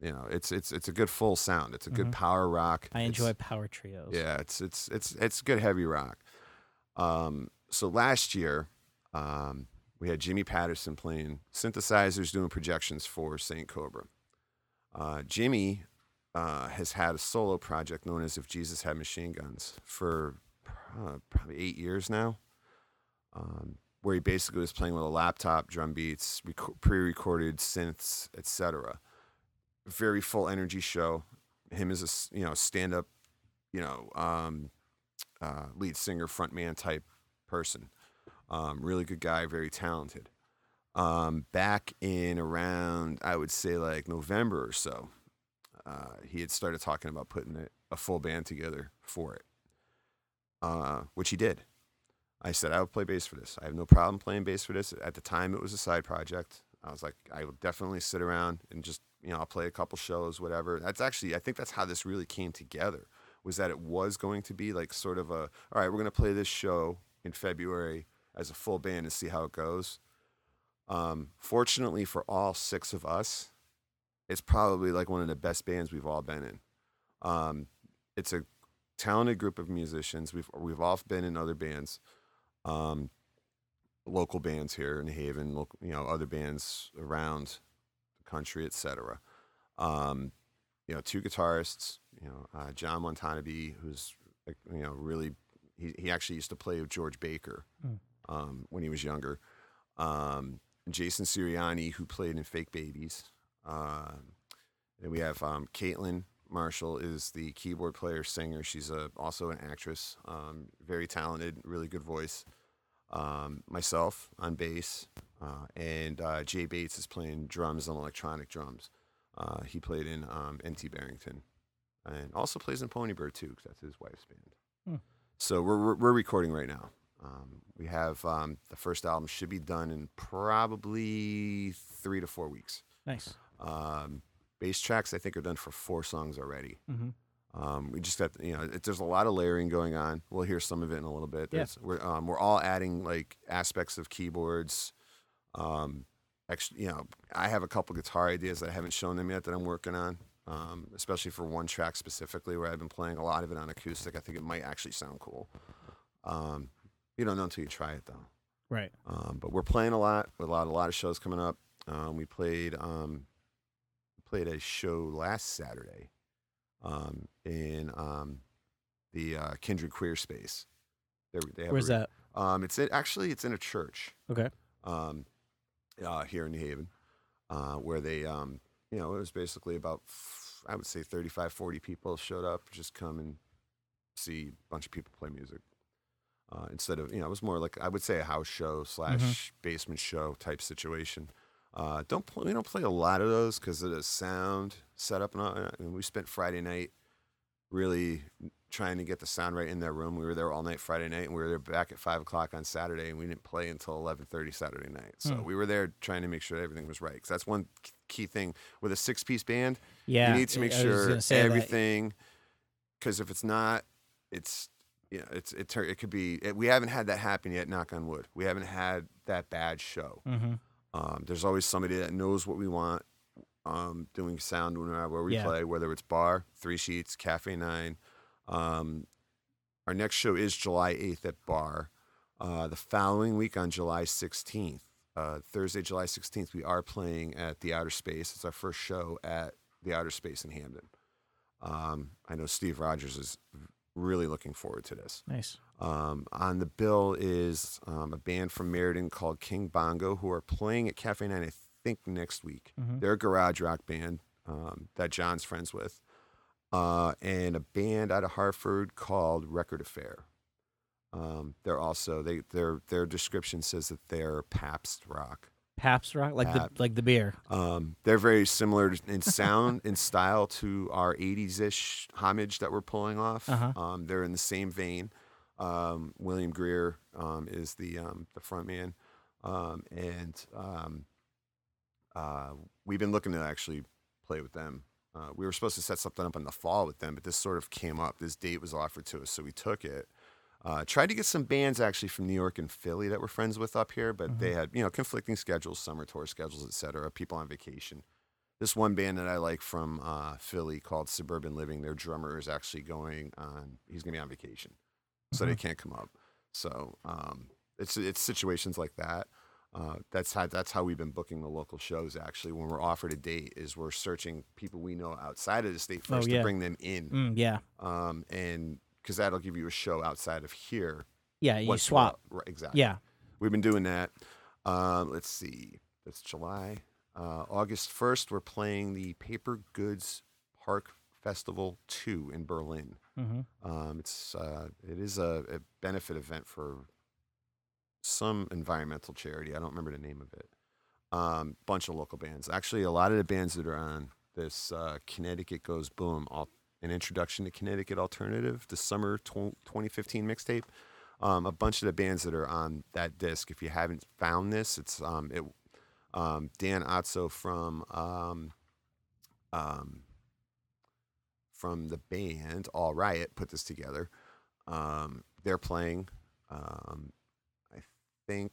C: You know, it's it's it's a good full sound. It's a good power rock.
A: Mm-hmm. I
C: It's-
A: enjoy power trios.
C: Yeah, it's it's it's it's good heavy rock. Um, so last year, um, we had Jimmy Patterson playing synthesizers, doing projections for Saint Cobra. Uh, Jimmy uh, has had a solo project known as "If Jesus Had Machine Guns" for uh, probably eight years now, um, where he basically was playing with a laptop, drum beats, rec- pre-recorded synths, etc. Very full energy show. Him as a s- you know stand-up you know, um, uh, lead singer, frontman type person. Um, really good guy, very talented. Um, back in around, I would say like November or so, uh, he had started talking about putting a, a full band together for it, uh, which he did. I said, I would play bass for this. I have no problem playing bass for this. At the time, it was a side project. I was like, I will definitely sit around and just, you know, I'll play a couple shows, whatever. That's actually, I think that's how this really came together was that it was going to be like sort of a, all right, we're going to play this show in February as a full band and see how it goes. Um, fortunately for all six of us, it's probably like one of the best bands we've all been in. Um, it's a talented group of musicians. We've we've all been in other bands, um, local bands here in Haven, local, you know, other bands around the country, etc. Um, you know, two guitarists. You know, uh, John Montanabe, who's like, you know really he he actually used to play with George Baker
A: Mm.
C: um, when he was younger. Um, Jason Siriani, who played in Fake Babies. Um, and we have um, Caitlin Marshall is the keyboard player singer. She's a, also an actress, um, very talented, really good voice. Um, myself on bass, uh, and uh, Jay Bates is playing drums on electronic drums. Uh, he played in um, NT Barrington, and also plays in Ponybird too, 'cause that's his wife's band.
A: Hmm.
C: So we're, we're we're recording right now. Um, we have um, the first album should be done in probably three to four weeks.
A: Nice.
C: Um, bass tracks, I think, are done for four songs already.
A: Mhm.
C: Um, we just got, you know, it, there's a lot of layering going on. We'll hear some of it in a little bit.
A: Yeah.
C: There's- We're, um, we're all adding like aspects of keyboards. Um, ex- you know, I have a couple guitar ideas that I haven't shown them yet that I'm working on, um, especially for one track specifically where I've been playing a lot of it on acoustic. I think it might actually sound cool. Um, you don't know until you try it though.
A: Right.
C: Um, but we're playing a lot. A lot, a lot of shows coming up. Um, we played um, played a show last Saturday um, in um, the uh, Kindred Queer Space. They, they have a
A: Where's
C: re-
A: that?
C: Um, it's in, actually it's in a church
A: Okay.
C: um, uh, here in New Haven, uh, where they, um, you know, it was basically about, f- I would say 35, 40 people showed up, just come and see a bunch of people play music. Uh, instead of, you know, it was more like, I would say a house show slash basement show type situation. Uh, don't play, we don't play a lot of those because of the sound setup and all. I mean, we spent Friday night really trying to get the sound right in their room. We were there all night Friday night, and we were there back at five o'clock on Saturday, and we didn't play until eleven thirty Saturday night. So
A: Hmm.
C: we were there trying to make sure everything was right. Because that's one k- key thing with a six-piece band.
A: Yeah.
C: you need to make
A: I was just
C: sure
A: gonna say that.
C: everything. Because if it's not, it's you know, it's it tur- it could be. It, we haven't had that happen yet. Knock on wood. We haven't had that bad show.
A: Mhm.
C: Um, there's always somebody that knows what we want um, doing sound whenever where we
A: Yeah.
C: play, whether it's bar, three sheets, cafe nine. Um, our next show is July 8th at bar. Uh, the following week on July 16th, uh, Thursday, July 16th, we are playing at the Outer Space. It's our first show at the Outer Space in Hamden. Um, I know Steve Rogers is really looking forward to this.
A: Nice.
C: Um, on the bill is um, a band from Meriden called King Bongo, who are playing at Cafe Nine, I think, next week.
A: Mhm.
C: They're a garage rock band um, that John's friends with, uh, and a band out of Hartford called Record Affair. Um, they're also they their their description says that they're Pabst rock.
A: Paps Rock, like
C: Pabst.
A: the like the beer.
C: Um, they're very similar in sound and style to our 80s ish homage that we're pulling off.
A: Uh-huh.
C: Um, they're in the same vein. Um, William Greer um, is the, um, the front man. Um, and um, uh, we've been looking to actually play with them. Uh, we were supposed to set something up in the fall with them, but this sort of came up. This date was offered to us, so we took it. Uh, tried to get some bands actually from New York and Philly that we're friends with up here, but they had you know conflicting schedules, summer tour schedules, et cetera. People on vacation. This one band that I like from uh, Philly called Suburban Living. Their drummer is actually going on. He's going to be on vacation, so they can't come up. So um, it's it's situations like that. Uh, that's how that's how we've been booking the local shows. Actually, when we're offered a date, is we're searching people we know outside of the state
A: Oh,
C: first
A: yeah.
C: to bring them in,
A: Mm, yeah.
C: um, and because that'll give you a show outside of here
A: Yeah. You
C: what's
A: swap.
C: what- right, exactly.
A: Yeah.
C: We've been doing that. Um, let's see. That's July. Uh, August 1st, we're playing the Paper Goods Park Festival 2 in Berlin.
A: Mm-hmm.
C: Um, it's uh, it is a, a benefit event for some environmental charity. I don't remember the name of it. Um, bunch of local bands. Actually, a lot of the bands that are on this uh, Connecticut Goes Boom, al- an introduction to Connecticut alternative, the summer tw- 2015 mixtape. Um, a bunch of the bands that are on that disc. If you haven't found this, it's um, it um, Dan Otso from um, um, from the band All Riot put this together. Um, they're playing. Um, I think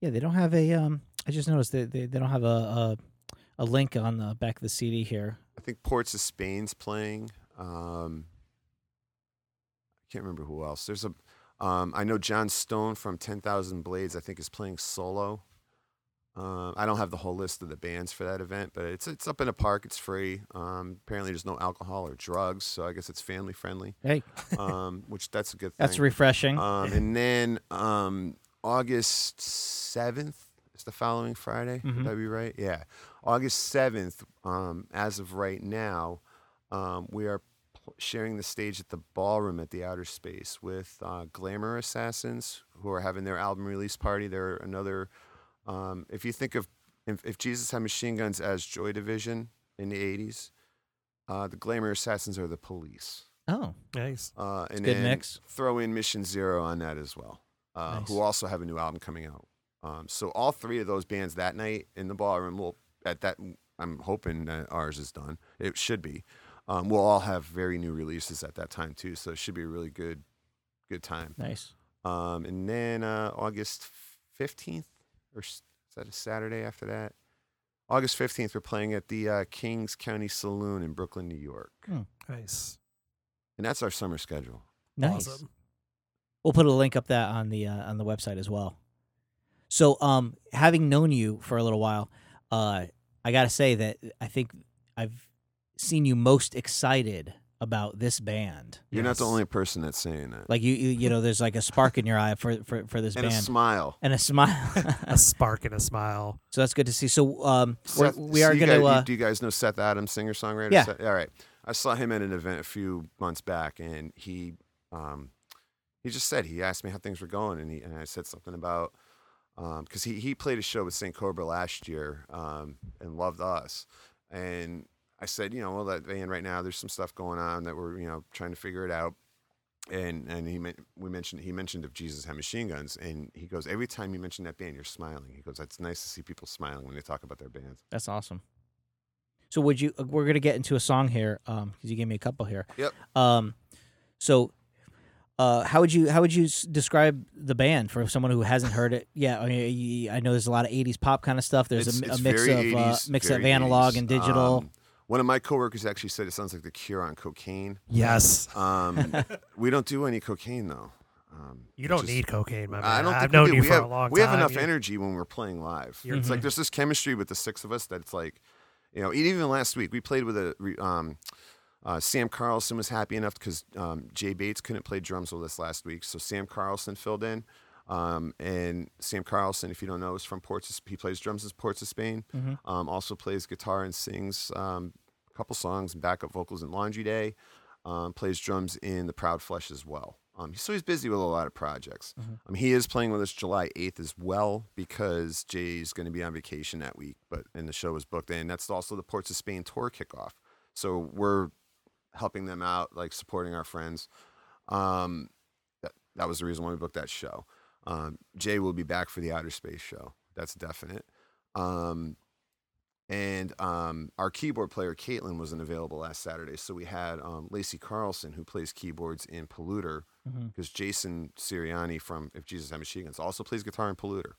A: Yeah, they don't have a. Um, I just noticed that they, they don't have a, a a link on the back of the CD here.
C: I think Ports of Spain's playing. Um, I can't remember who else. There's a. Um, I know John Stone from Ten Thousand Blades. I think is playing solo. Um, I don't have the whole list of the bands for that event, but it's it's up in a park. It's free. Um, apparently, there's no alcohol or drugs, so I guess it's family friendly.
A: Hey,
C: Um, which that's a good thing.
A: that's refreshing.
C: Um, and then um, August 7th is the following Friday.
A: Mhm.
C: Would that be right? Yeah. August 7th, um, as of right now, um, we are pl- sharing the stage at the ballroom at the outer space with uh, Glamour Assassins, who are having their album release party. They're another, um, if you think of if, if Jesus had machine guns as Joy Division in the 80s, uh, the Glamour Assassins are the police.
A: oh,
B: Nice.
C: Uh, and
A: good
C: then
A: mix.
C: throw in Mission Zero on that as well, uh,
A: Nice.
C: who also have a new album coming out. Um, so all three of those bands that night in the ballroom will at that I'm hoping that ours is done. It should be. Um, we'll all have very new releases at that time too, so it should be a really good good time.
A: nice.
C: Um, and then uh, August 15th, or s- is that a Saturday after that? August 15th, we're playing at the uh, Kings County Saloon in Brooklyn, New York.
A: Hmm.
B: Nice.
C: And that's our summer schedule.
A: Nice.
B: Awesome.
A: We'll put a link up that on the uh, on the website as well. So, um, having known you for a little while, uh, I gotta say that I think I've seen you most excited about this band.
C: You're not the
B: Yes.
C: only person that's saying that.
A: Like you, you, you know, there's like a spark in your eye for for, for this
C: and
A: band
C: a smile.
A: and a smile.
B: A spark and a smile.
A: so that's good to see. So, um,
C: Seth-
A: we're, we
C: so
A: are
C: you
A: gonna.
C: guys- you-
A: uh,
C: do you guys know Seth Adams, singer songwriter?
A: Yeah.
C: Seth- all right. I saw him at an event a few months back, and he um, he just said he asked me how things were going, and he and I said something about because he he played a show with Saint Cobra last year um, and loved us, and I said you know well that band right now there's some stuff going on that we're you know trying to figure it out. And and he men- we mentioned he mentioned of Jesus had machine guns and he goes every time you mention that band you're smiling he goes that's nice to see people smiling when they talk about their bands
A: That's awesome. So would you? uh, We're gonna get into a song here because you gave me a couple here.
C: Yep.
A: Um, so, uh, how would you how would you s- describe the band for someone who hasn't heard it? Yeah, I mean, you- I know there's a lot of '80s pop kind of stuff. There's a, m- a mix of
C: very
A: uh,
C: 80s,
A: mix
C: very
A: of analog
C: 80s.
A: and digital.
C: Um, one of my coworkers actually said it sounds like the cure on cocaine.
B: Yes.
C: Um, we don't do any cocaine though. Um,
B: You don't
C: which is-
B: need cocaine, my man.
C: I don't
B: have
C: think we
B: known
C: do.
B: you
C: we
B: for
C: have,
B: a long
C: we
B: time.
C: have enough
B: You-
C: energy when we're playing live.
B: You're-
C: It's like there's this chemistry with the six of us that it's like, you know, e-, even last week we played with a. re- Um, uh, Sam Carlson was happy enough because um, Jay Bates couldn't play drums with us last week, so Sam Carlson filled in. Um, and Sam Carlson, if you don't know, is from Ports. Of, he plays drums in Ports of Spain. Um, also plays guitar and sings um, a couple songs and backup vocals in Laundry Day. Um, plays drums in The Proud Flesh as well. Um, so he's busy with a lot of projects. Um, he is playing with us July 8th as well because Jay's going to be on vacation that week, but and the show is booked. And that's also the Ports of Spain tour kickoff. So we're helping them out, like supporting our friends. Um, that, that was the reason why we booked that show. Um, Jay will be back for the outer space show. That's definite. Um, and um, our keyboard player Caitlin wasn't available last Saturday, so we had um, Lacey Carlson, who plays keyboards in Polluter,
A: Mhm.
C: because Jason Siriani from If Jesus Had Machine Guns also plays guitar in Polluter.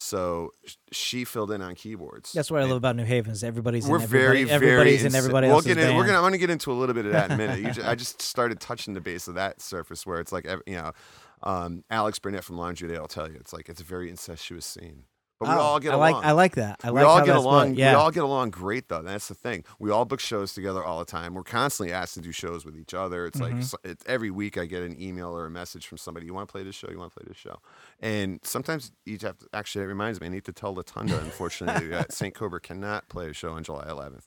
C: So sh- she filled in on keyboards.
A: That's what I love about New Haven is everybody's
C: We're
A: in everybody,
C: very, very.
A: everybody's in
C: insi-
A: everybody
C: we'll
A: else's
C: get in,
A: band.
C: We're gonna. I'm gonna get into a little bit of that in a minute. You ju- I just started touching the base of that surface where it's like, ev- you know, um, Alex Burnett from Laundry Day. I'll tell you, it's like it's a very incestuous scene, but we
A: Oh,
C: all get
A: I
C: along.
A: like I like that. I
C: we
A: like
C: all
A: how
B: that
C: get
A: that's
C: along.
A: put- Yeah.
C: We all get along great though. That's the thing. We all book shows together all the time. We're constantly asked to do shows with each other. It's
A: Mm-hmm.
C: like s- it's, every week I get an email or a message from somebody. You want to play this show? You want to play this show? And sometimes you have to. Actually, that reminds me. I need to tell Latunda. Unfortunately, that Saint Cobra cannot play a show on July 11th.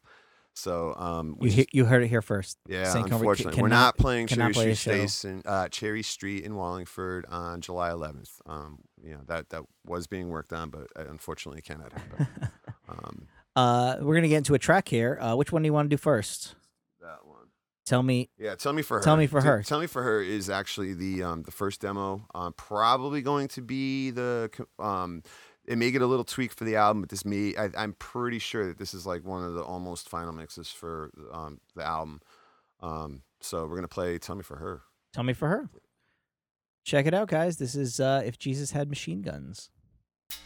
C: So um, we
A: You, he- you heard it here first.
C: yeah,
A: St. Kilda ca-
C: unfortunately, we're
A: cannot-
C: not playing
A: cannot
C: Cherry
A: play a
C: Street
A: show.
C: Station, uh, Cherry Street in Wallingford on July 11th. Um, you know that that was being worked on, but uh, unfortunately, it cannot happen. um,
A: Uh, we're gonna get into a track here. Uh, which one do you want to do first?
C: that one.
A: Tell me.
C: Yeah, tell me for her.
A: Tell Me For
C: T-
A: Her.
C: Tell me for her is actually the um, the first demo. Um, probably going to be the. co- Um, it may get a little tweak for the album, but this may. I, I'm pretty sure that this is like one of the almost final mixes for um, the album. Um, so we're gonna play "Tell Me for Her."
A: Tell me for her. Check it out, guys. This is uh, if Jesus had machine guns.
D: Oh,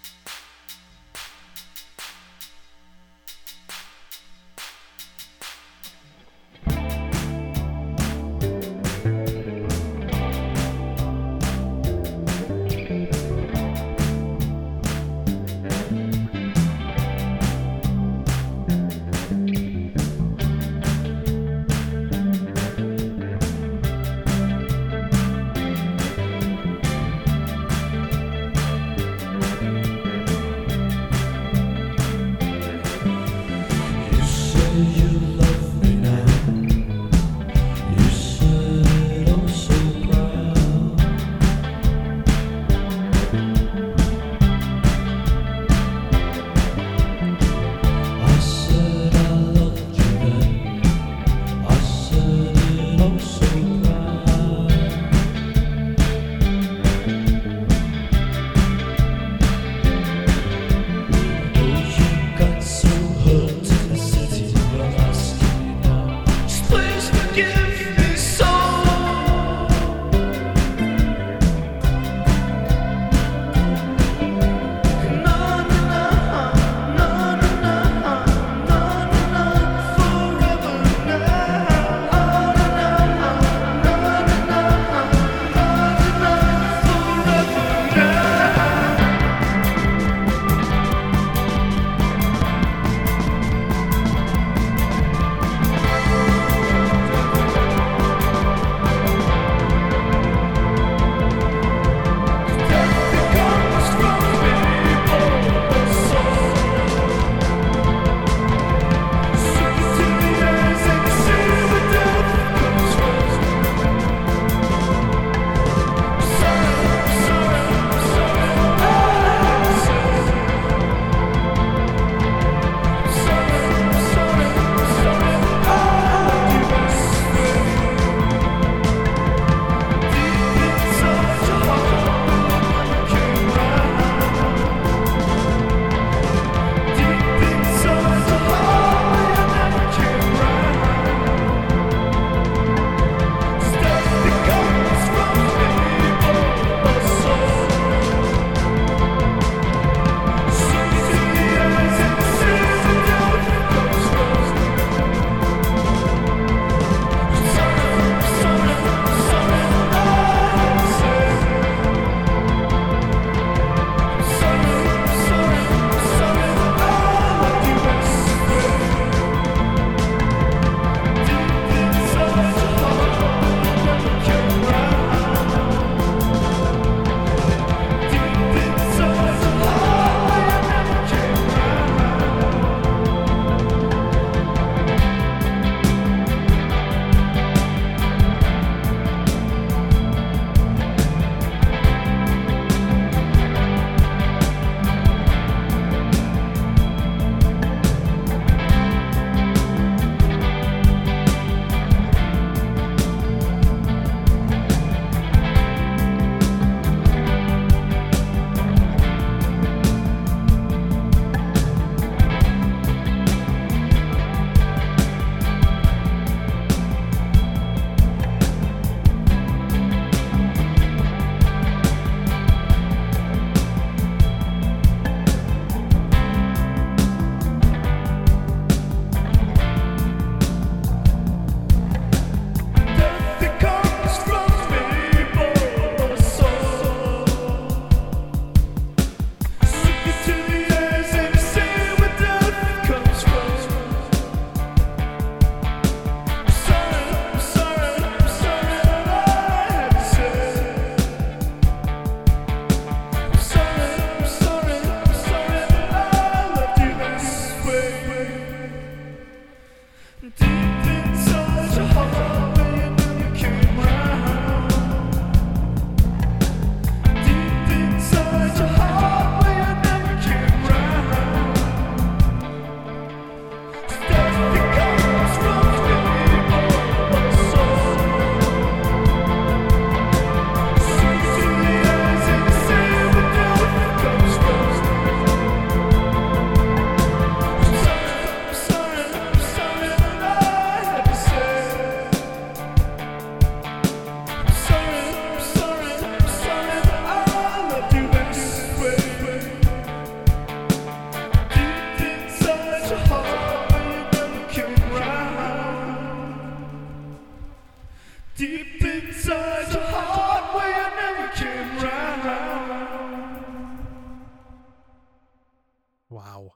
B: Wow.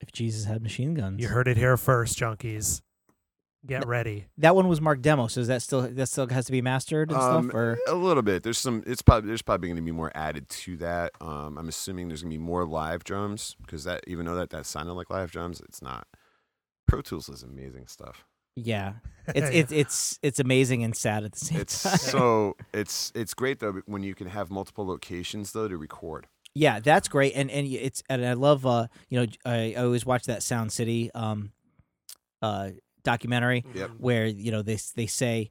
A: If Jesus had machine guns,
B: You heard it here first, junkies. Get ready.
A: that one was marked demo. So is that still that still has to be mastered and
C: Um,
A: stuff? Or
C: a little bit. There's some. It's probably there's probably going to be more added to that. Um, I'm assuming there's going to be more live drums because that even though that that sounded like live drums, it's not. Pro Tools is amazing stuff.
A: yeah, it's it's it's it's amazing and sad at the same
C: It's
A: time.
C: so it's it's great though when you can have multiple locations though to record.
A: Yeah, that's great, and and it's and I love uh you know I, I always watch that Sound City um uh documentary
C: Yep.
A: where you know they s- they say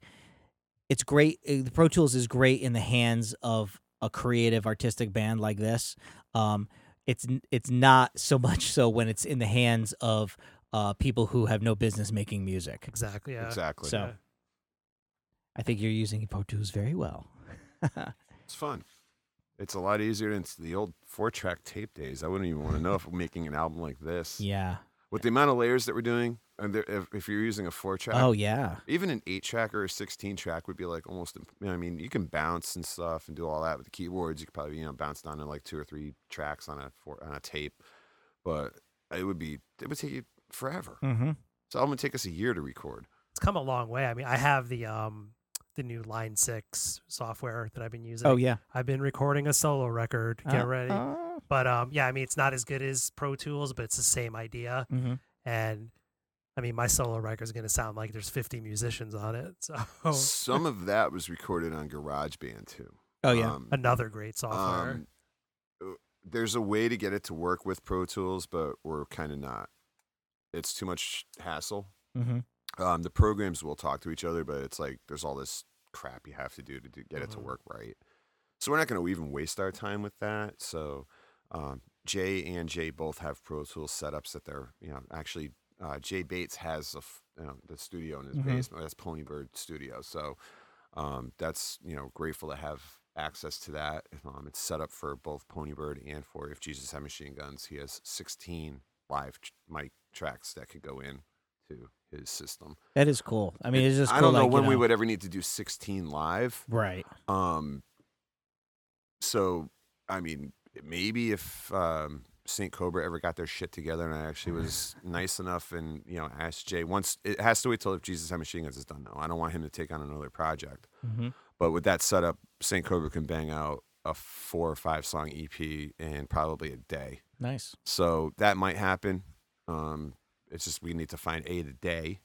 A: it's great uh, the Pro Tools is great in the hands of a creative artistic band like this. Um, it's n- it's not so much so when it's in the hands of uh people who have no business making music.
B: Exactly. Yeah.
C: Exactly.
A: So I think you're using Pro Tools very well.
C: It's fun. It's a lot easier than it's the old four track tape days. I wouldn't even want to know if I'm making an album like this.
A: Yeah.
C: With the amount of layers that we're doing, and there, if, if you're using a four track,
A: Oh yeah.
C: even an eight track or a 16 track would be like almost, imp- you know, I mean, you can bounce and stuff and do all that with the keyboards. You could probably, you know, bounce down to like two or three tracks on a four, on a tape, but it would be, it would take you forever.
A: Mm-hmm.
C: So I'm going to take us a year to record.
B: It's come a long way. I mean, I have the um the new Line Six software that I've been using.
A: Oh yeah.
B: I've been recording a solo record. Get
A: Uh,
B: ready.
A: uh,
B: But um, yeah, I mean, it's not as good as Pro Tools, but it's the same idea.
A: mhm.
B: And I mean, my solo record is going to sound like there's 50 musicians on it. So
C: Some of that was recorded on GarageBand too.
A: Oh yeah.
C: Um,
B: another great software.
C: Um, uh, there's a way to get it to work with Pro Tools, but we're kind of not. It's too much hassle.
A: mm-hmm.
C: Um, the programs will talk to each other, but it's like there's all this crap you have to do to do, get it to
A: Mm-hmm.
B: Mhm.
C: work right. So we're not going to even waste our time with that. So um, Jay and Jay both have Pro Tools setups that they're you know actually uh, Jay Bates has a f- you know, the studio in his
A: Mhm.
C: basement. That's Ponybird Studio. So um, that's you know grateful to have access to that. Um, it's set up for both Ponybird and for If Jesus Had Machine Guns. He has 16 live tr- mic tracks that could go in to his system.
A: That is cool. I mean, it's just.
C: I
A: cool,
C: don't know
A: like, you
C: when we would ever need to do 16 live.
A: Right.
C: Um, so I mean, maybe if um, Saint Cobra ever got their shit together, and I actually was nice enough, and you know, asked Jay once, it has to wait till if Jesus Had Machine Guns is done. Though I don't want him to take on another project.
A: Mm-hmm.
C: But with that setup, Saint Cobra can bang out a four or five song EP in probably a day.
A: Nice.
C: So that might happen. Um, it's just we need to find A today,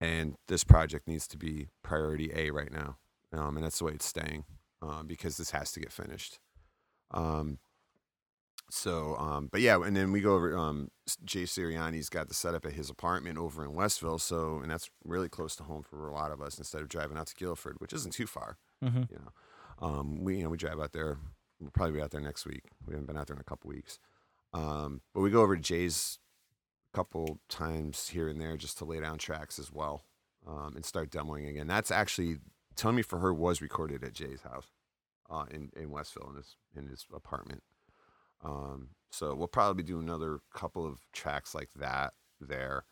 C: and this project needs to be priority A right now, um, and that's the way it's staying um, because this has to get finished. Um, so, um, but yeah, and then we go over. Um, S- Jay Sirianni's got the setup at his apartment over in Westville, so and that's really close to home for a lot of us. Instead of driving out to Guilford, which isn't too far,
A: Mm-hmm.
C: you know um, we you know we drive out there we'll probably be out there next week we haven't been out there in a couple weeks um, but we go over to jay's a couple times here and there just to lay down tracks as well um, and start demoing again that's actually tell me for her was recorded at jay's house uh, in, in westville in his, in his apartment um, so we'll probably do another couple of tracks like that there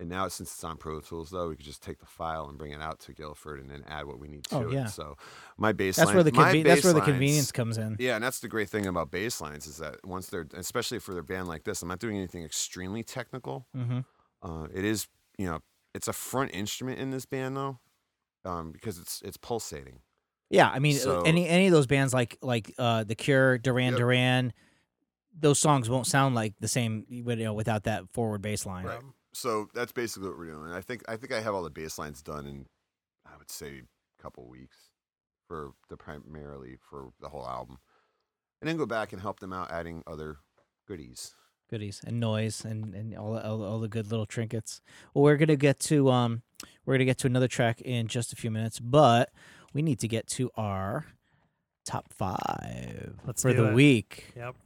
C: and now since it's on pro tools though we could just take the file and bring it out to guilford and then add what we need to
A: Oh,
C: it
A: yeah.
C: so my baseline.
A: That's where the
C: my
A: conven- that's where the
C: baselines-
A: convenience comes in.
C: Yeah, and that's the great thing about bass lines is that once they're, especially for their band like this, I'm not doing anything extremely technical.
A: Mm-hmm.
C: Uh, it is, you know, it's a front instrument in this band though, um, because it's it's pulsating.
A: Yeah. I mean, uh,
C: So-
A: any any of those bands like like uh, the Cure, Duran
C: Yep.
A: Duran, those songs won't sound like the same you know, without that forward bass line.
C: Right. so that's basically what we're doing. I think I think I have all the bass lines done in I would say a couple weeks for the primarily for the whole album. And then go back and help them out adding other goodies.
A: Uh, goodies and noise and and all all, all the good little trinkets. Well, we're gonna get to um, we're gonna get to another track in just a few minutes, but we need to get to our top five
B: Let's
A: for
B: do
A: the
B: it.
A: week.
B: Yep.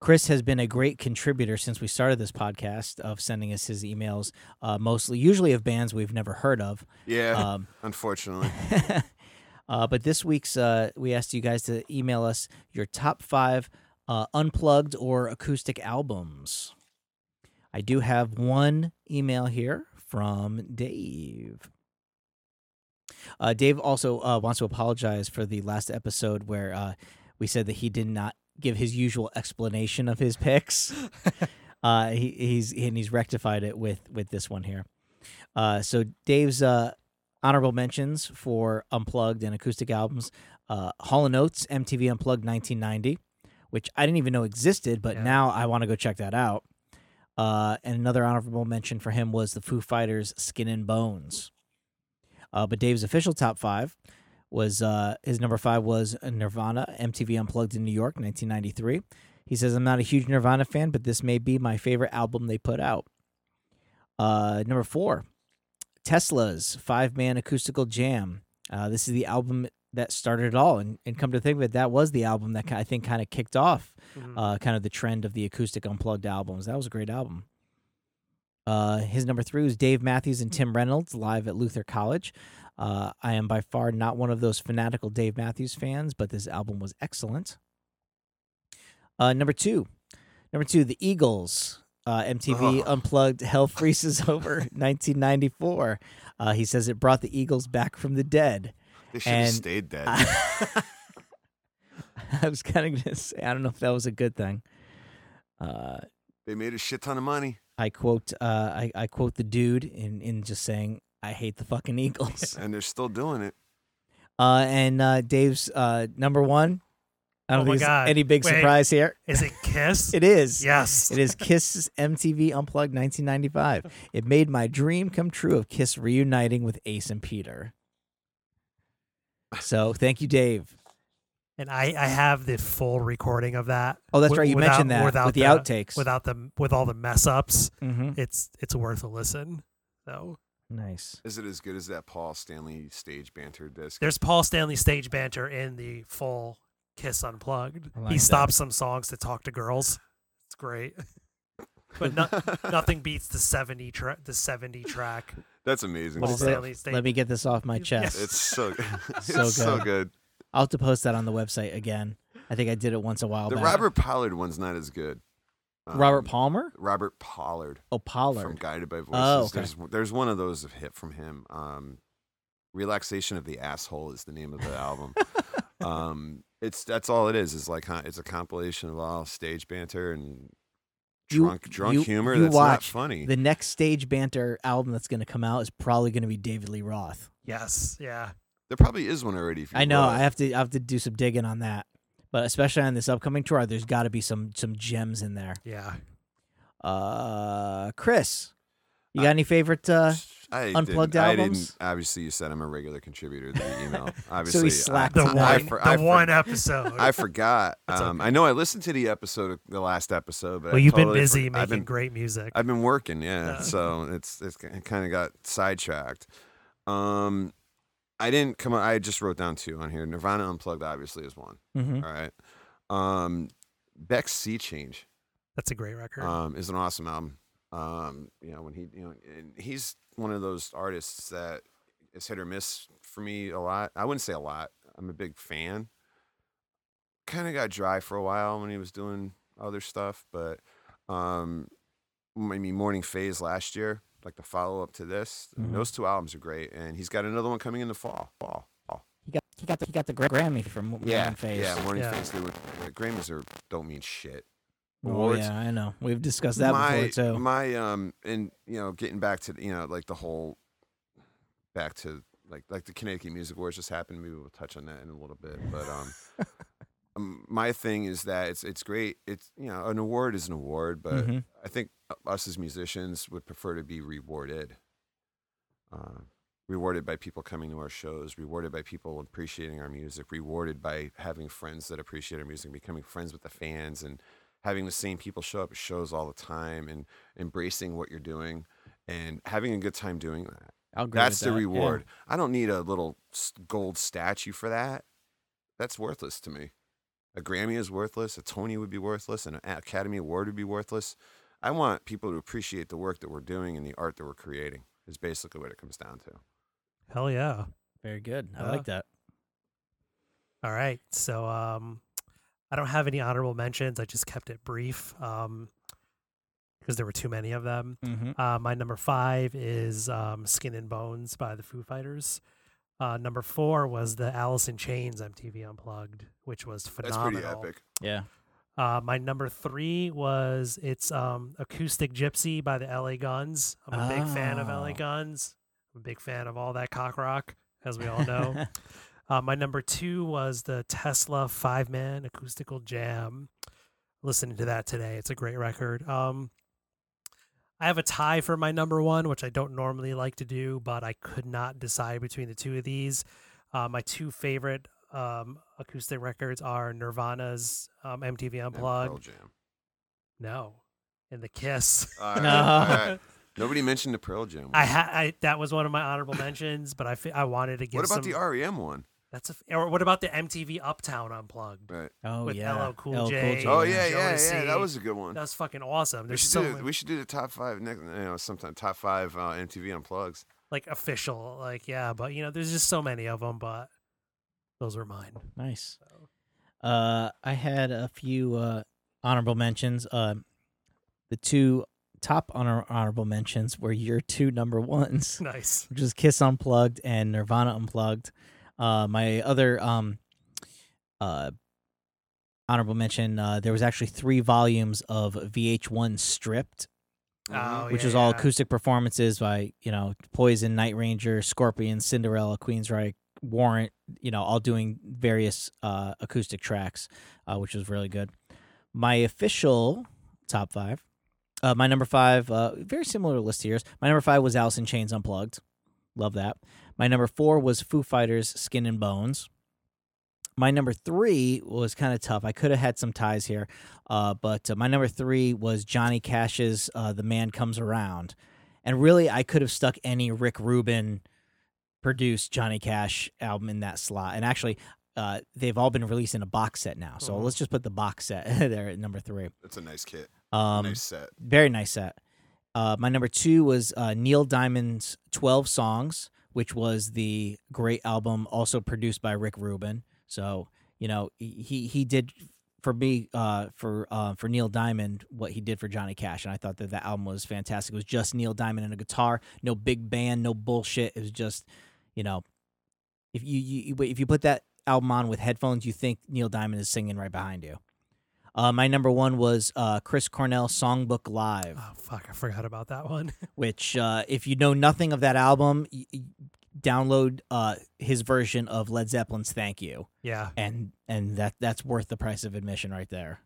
A: Chris has been a great contributor since we started this podcast of sending us his emails, uh, mostly usually of bands we've never heard of.
C: Yeah,
A: Um,
C: unfortunately.
A: uh, but this week's, uh, we asked you guys to email us your top five uh, unplugged or acoustic albums. I do have one email here from Dave. Uh, Dave also uh, wants to apologize for the last episode where uh, we said that he did not give his usual explanation of his picks. uh, he, he's and he's rectified it with with this one here. Uh, so Dave's uh, honorable mentions for unplugged and acoustic albums: uh, Hall and Oates, MTV Unplugged 1990, which I didn't even know existed, but
B: Yeah.
A: now I want to go check that out. Uh, and another honorable mention for him was the Foo Fighters' Skin and Bones. Uh, but Dave's official top five was uh, his number five was Nirvana, MTV Unplugged in New York, 1993. He says, I'm not a huge Nirvana fan, but this may be my favorite album they put out. Uh, number four, Tesla's five man acoustical jam. Uh, this is the album that started it all. And, and come to think of it, that was the album that ki- I think kind of kicked off
B: Mhm.
A: uh, kind of the trend of the acoustic unplugged albums. That was a great album. Uh, his number three was Dave Matthews and Tim Reynolds live at Luther College. Uh, I am by far not one of those fanatical Dave Matthews fans, but this album was excellent. Uh, number two, number two, The Eagles, uh, MTV
C: Oh.
A: Unplugged Hell Freezes Over, 1994. Uh, he says it brought the Eagles back from the dead.
C: They should have
A: And
C: stayed dead.
A: I Uh, I was kind of gonna say I don't know if that was a good thing. Uh,
C: they made a shit ton of money.
A: I quote uh, I, I quote the dude in in just saying I hate the fucking Eagles.
C: And they're still doing it.
A: uh, and uh, Dave's uh, number one. I don't
B: Oh my
A: think there's
B: God.
A: any big
B: Wait.
A: surprise here.
B: Is it Kiss?
A: It is.
B: yes.
A: It is Kiss's MTV Unplugged 1995. It made my dream come true of Kiss reuniting with Ace and Peter. So thank you, Dave.
B: and I, I have the full recording of that.
A: Oh, that's
B: wi-
A: right. You
B: without-
A: mentioned that
B: without
A: with the, outtakes.
B: without the with all the mess ups.
A: hmm
B: It's it's worth a listen. So
A: Nice.
C: Is it as good as that Paul Stanley stage banter disc?
B: there's Paul Stanley stage banter in the full Kiss Unplugged.
A: I
B: he
A: like
B: stops some songs to talk to girls. It's great. But no, nothing beats the seventy tra- the seventy track.
C: That's amazing.
A: What
B: Paul
A: is
C: stuff.
A: it?
B: Stanley stage.
A: Let me get this off my
B: Yeah.
A: chest.
C: It's so it's
A: So
C: so good.
A: I'll have to post that on the website again. I think I did it once a while
C: The
A: back.
C: Robert Pollard one's not as good. Um,
A: Robert Palmer?
C: Robert Pollard
A: Oh,
C: from
A: Pollard.
C: Guided by Voices.
A: Oh, okay.
C: There's there's one of those of hit from him. Um, Relaxation of the Asshole is the name of the album. um, it's that's all it is. It's like huh, it's a compilation of all stage banter and
A: You-
C: drunk drunk
A: you-
C: humor
A: you
C: that's not
A: watch
C: funny.
A: The next stage banter album that's going to come out is probably going to be David Lee Roth.
B: Yes, yeah.
C: there probably is one already. If you
A: I know.
C: look.
A: I have to. I have to do some digging on that. But especially on this upcoming tour, there's got to be some some gems in there.
B: Yeah.
A: Uh, Chris, you
C: Uh,
A: got any favorite? Uh,
C: I didn't-
A: Unplugged
C: I
A: albums?
C: didn't. Obviously, you said I'm a regular contributor to the email. Obviously, I-
A: slacked
B: The
A: I-
B: one
A: I
C: for-
B: the
C: I for-
B: one episode.
C: I forgot.
B: That's
C: Um,
B: okay.
C: I know I listened to the episode, the last episode, but
B: well
C: I
B: you've been
C: totally
B: busy
C: for-
B: making
C: I've been,
B: great music.
C: I've been working, yeah.
B: Yeah.
C: So it's it's kind of got sidetracked. Um, I didn't come. I just wrote down two on here. Nirvana Unplugged obviously is one.
A: mhm.
C: All right. Um, Beck's Sea Change
B: That's a great record.
C: um, is an awesome album. Um, you know, when he, you know, and he's one of those artists that is hit or miss for me a lot. I wouldn't say a lot. I'm a big fan. Kind of got dry for a while when he was doing other stuff, but um, I mean, Morning Phase last year, like the follow up to this,
A: Mhm.
C: those two albums are great, and he's got another one coming in the fall. Fall. fall.
A: He got he got the, he got the Gra- Grammy from
C: Yeah,
A: Modern Phase.
C: yeah. Morning
B: Yeah.
C: Phase. They were, the Grammys are don't mean shit.
A: Oh,
C: Awards.
A: yeah, I know. We've discussed that
C: my,
A: before too.
C: My um and you know, getting back to you know, like the whole back to like like the Connecticut Music Awards just happened. Maybe we'll touch on that in a little bit. But um um, my thing is that it's it's great. It's you know an award is an award, but
A: Mhm.
C: I think us as musicians would prefer to be rewarded. Uh, rewarded by people coming to our shows, rewarded by people appreciating our music, rewarded by having friends that appreciate our music, and becoming friends with the fans, and having the same people show up at shows all the time, and embracing what you're doing, and having a good time doing that.
A: I'll agree with
C: That's the
A: that. Yeah.
C: reward. I don't need a little s- gold statue for that. That's worthless to me. A Grammy is worthless. A Tony would be worthless. An A- Academy Award would be worthless. I want people to appreciate the work that we're doing and the art that we're creating. Is basically what it comes down to.
B: Hell yeah.
A: Very good. I
B: Yeah.
A: like that.
B: All right. So um I don't have any honorable mentions. I just kept it brief um because there were too many of them.
A: Mm-hmm.
B: Uh, my number five is um, Skin and Bones by the Foo Fighters. Uh, number four was the Alice in Chains MTV Unplugged, which was
C: That's
B: phenomenal.
C: pretty epic.
A: Yeah.
B: Uh, my number three was it's um, Acoustic Gypsy by the LA Guns. I'm a big fan of LA
A: Oh.
B: Guns. I'm a big fan of all that cock rock, as we all know. Uh, my number two was the Tesla Five Man Acoustical Jam. Listening to that today, it's a great record. Um, I have a tie for my number one, which I don't normally like to do, but I could not decide between the two of these. Uh, my two favorite um, acoustic records are Nirvana's um, MTV
C: And
B: Unplugged.
C: Pearl Jam.
B: No, and the Kiss.
C: All right,
A: No.
C: all right. Nobody mentioned the Pearl Jam. One.
B: I, ha- I that was one of my honorable mentions, but I fe- I wanted to give
C: what about
B: some.
C: the REM one?
B: that's a f- or what about the MTV Uptown Unplugged?
C: Right.
A: Oh
B: With
A: yeah.
B: LL Cool J.
C: Oh
B: yeah.
C: yeah, yeah, yeah.
B: Jodeci.
C: That was a good one.
B: That's fucking awesome.
C: We
B: There's
C: should,
B: so
C: do,
B: many,
C: we should do the top five next, you know, sometime top five uh, MTV unplugs.
B: like official, like yeah, but you know, there's just so many of them. But those were mine.
A: Nice. Uh, I had a few uh, honorable mentions. Uh, the two top honor- honorable mentions were your two number ones,
B: Nice.
A: which is Kiss Unplugged and Nirvana Unplugged. Uh, my other um, uh, honorable mention uh, there was actually three volumes of VH1 Stripped,
C: Mm-hmm.
B: Oh,
A: which
B: yeah,
A: was all
B: yeah.
A: acoustic performances by you know Poison, Night Ranger, Scorpion, Cinderella, Queensryche, Warrant. You know, all doing various uh, acoustic tracks, uh, which was really good. My official top five. Uh, my number five, uh, very similar to list to yours. My number five was Alice in Chains Unplugged. Love that. My number four was Foo Fighters Skin and Bones. My number three was kind of tough. I could have had some ties here, uh, but uh, my number three was Johnny Cash's uh, "The Man Comes Around," and really, I could have stuck any Rick Rubin produced Johnny Cash album in that slot. And actually, uh, they've all been released in a box set now, so
B: Mhm.
A: let's just put the box set there at number three.
C: That's a nice kit.
A: Um,
C: nice set.
A: very nice set. Uh, my number two was uh, Neil Diamond's 12 Songs, which was the great album also produced by Rick Rubin. So, you know, he- he, he did for me, uh, for uh, for Neil Diamond, what he did for Johnny Cash. And I thought that that album was fantastic. It was just Neil Diamond and a guitar, no big band, no bullshit. It was just, you know, if you, you you- if you put that album on with headphones, you think Neil Diamond is singing right behind you. Uh, my number one was uh, Chris Cornell Songbook Live
B: Oh fuck, I forgot about that one.
A: which uh, if you know nothing of that album y- y- download uh, his version of led zeppelin's thank you
B: yeah.
A: and and that that's worth the price of admission right there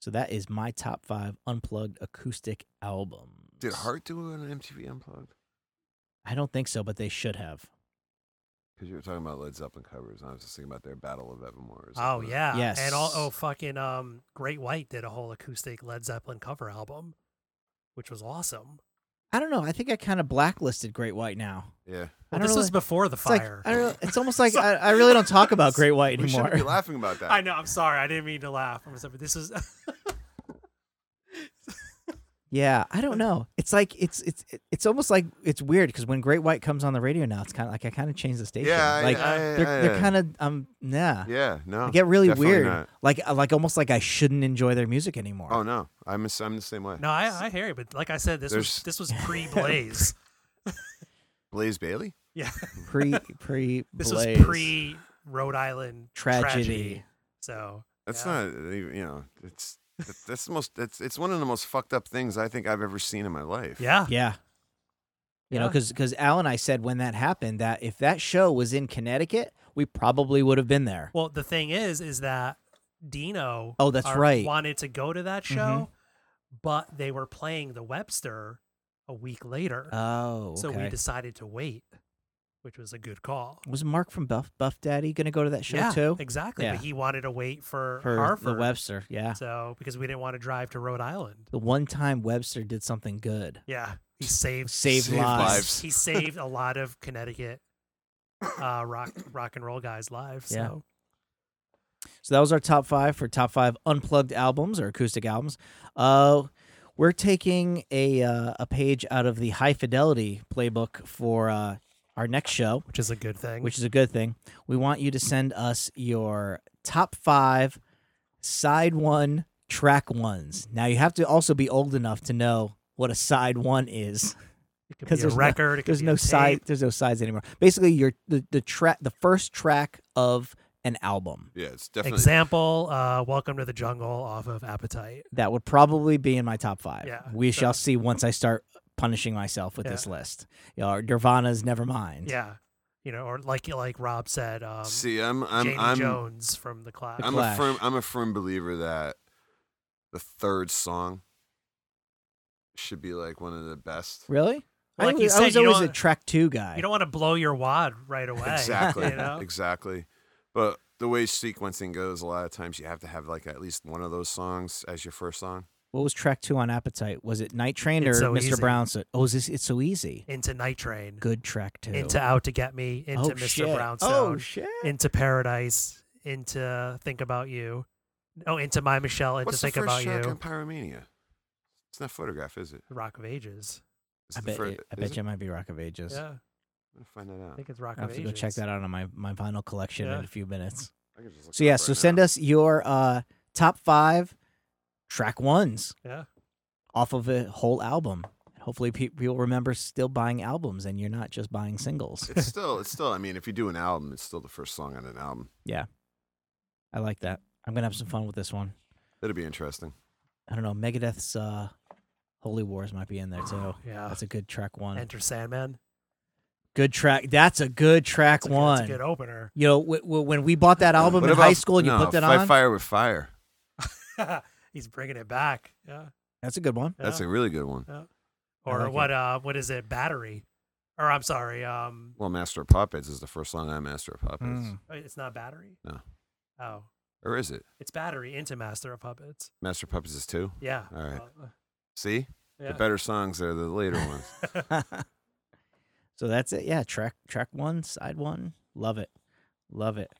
A: so that is my top five unplugged acoustic albums
C: Did Hart do an MTV unplugged?
A: i don't think so but they should have
C: Because you were talking about Led Zeppelin covers, and I was just thinking about their Battle of Evermore. Or
B: Oh
C: something.
B: yeah. And all, oh
A: Yes.
B: fucking um, Great White did a whole acoustic Led Zeppelin cover album, which was awesome.
A: i don't know i think i kind of blacklisted great white now
C: yeah.
A: I
B: Well,
A: don't
B: this
A: really-
B: was before the
A: it's like
B: fire.
A: I don't, know- it's almost like I, I really don't talk about great white
C: We shouldn't
A: anymore
C: be laughing about that.
B: I know. I'm sorry. I didn't mean to laugh. I'm sorry, but this is
A: Yeah, I don't know. It's like it's it's it's almost like it's weird because when Great White comes on the radio now, it's kind of like I kind of changed the station.
C: Yeah, I-
A: like uh,
C: I-
A: they're
C: I-
A: they're kind of um yeah.
C: Yeah, no.
A: I get really
C: definitely
A: weird.
C: not.
A: Like uh, like almost like I shouldn't enjoy their music anymore.
C: Oh no, I'm a, I'm the same way.
B: no. I, I hear you, but like I said, this was
C: There's-
B: this was pre Blaze.
C: Blaze Bailey.
B: yeah.
A: Pre pre
B: This
A: Blaze.
B: was pre Rhode Island
A: Tragedy.
B: So
C: That's
B: yeah.
C: not not. even- You know, it's that- that's the most. That's it's one of the most fucked up things I think I've ever seen in my life.
B: Yeah.
A: Yeah. You know,
B: Yeah.
A: because because Al and I said when that happened that if that show was in Connecticut, we probably would have been there.
B: Well, the thing is, is that Dino.
A: Oh, that's
B: our-
A: right. Mm-hmm.
B: Wanted to go to that show, but they were playing the Webster a week later,
A: Oh,
B: so we
A: okay.
B: decided to wait, which was a good call.
A: was Mark from Buff Buff Daddy going to go to that show
B: yeah,
A: too
B: exactly.
A: Yeah.
B: But he wanted to wait for,
A: for the
B: Harford,
A: Webster? Yeah,
B: so because we didn't want to drive to Rhode Island.
A: the one time Webster did something good,
B: Yeah, he saved
A: saved,
C: Saved
A: lives.
C: lives.
B: he saved a lot of Connecticut uh, rock rock and roll guys lives.
A: Yeah.
B: So
A: So that was our top five for top five unplugged albums or acoustic albums. Uh, we're taking a uh, a page out of the High Fidelity playbook for uh, our next show,
B: which is a good thing.
A: which is a good thing. We want you to send us your top five side one track ones. Now you have to also be old enough to know what a side one is.
B: it could
A: 'cause
B: be a
A: there's no-
B: record. it could
A: There's
B: be
A: no
B: a
A: side.
B: tape.
A: There's no sides anymore. Basically, your the the track the first track of an album.
C: Yeah, it's definitely
B: Example: uh, Welcome to the Jungle off of Appetite.
A: That would probably be in my top five.
B: Yeah,
A: we
B: so-
A: shall see once I start punishing myself with
B: Yeah.
A: this list. You know, or Nirvana's Nevermind.
B: Yeah, you know, or like like Rob said, um,
C: See, I'm I'm
B: Jamie
C: I'm
B: Jones from the Clash.
C: I'm
A: Clash.
C: a firm I'm a firm believer that the third song should be like one of the best.
A: Really? I,
B: Like you
A: was- I
B: said,
A: was
B: you
A: always a
B: don't-
A: track two guy.
B: you don't want to blow your wad right away.
C: Exactly.
B: You know?
C: Exactly. But the way sequencing goes, a lot of times you have to have like at least one of those songs as your first song.
A: what was track two on Appetite? Was it Night Train or
B: It's So
A: Mr.
B: Easy.
A: Brown? said- oh, is this? It's so easy.
B: Into Night Train.
A: Good track two.
B: Into Out to Get Me.
A: oh,
B: Into Mr.
A: shit. Oh
B: Brownstone.
A: shit.
B: into Paradise. Into Think About You. Oh, into My Michelle. Into
C: What's
B: Think
C: the first
B: About
C: track
B: You.
C: on Pyromania? It's not photograph, is it?
B: Rock of Ages.
C: Is
A: I
C: it the
A: bet.
C: fir-
A: it, I
C: is
A: bet
C: it?
A: you it might be Rock of Ages.
B: Yeah,
C: I'm gonna find that
B: I
C: out.
B: think it's Rock
A: I
B: of
A: have to
B: Ages.
A: go check that out on my my vinyl collection
B: Yeah.
A: in a few minutes.
C: I can just look
A: So
C: it
A: yeah,
C: up
A: so
C: right
A: send
C: now.
A: us your uh, top five track ones
B: Yeah,
A: off of a whole album. Hopefully, pe- people remember still buying albums, and you're not just buying singles.
C: It's still, it's still. I mean, if you do an album, it's still the first song on an album.
A: I like that. I'm gonna have some fun with this one.
C: That'd be interesting.
A: I don't know. Megadeth's uh, "Holy Wars" might be in there too.
B: yeah.
A: That's a good track one.
B: Enter Sandman.
A: good track. That's a good track
B: That's a, good-
A: one.
B: That's a good opener.
A: You know, w- w- when we bought that album
C: What
A: in
C: about-
A: high school, and you
C: no,
A: put that
C: Fight
A: on.
C: Fire with Fire.
B: He's bringing it back. Yeah.
A: That's a good one.
C: That's
B: yeah.
C: a really good one.
A: I
B: or
A: like
B: what? Uh, what is it? Battery. Or I'm sorry. Um, uh,
C: Well, Master of Puppets is the first song on Master of Puppets,
A: Mm.
B: it's not battery.
C: No.
B: Oh,
C: or is it?
B: it's battery into Master of Puppets.
C: Master of Puppets is two.
B: Yeah.
C: All right.
B: Uh,
C: See,
B: yeah.
C: the better songs are the later ones.
A: so that's it. Yeah, track track one, side one. Love it, love it.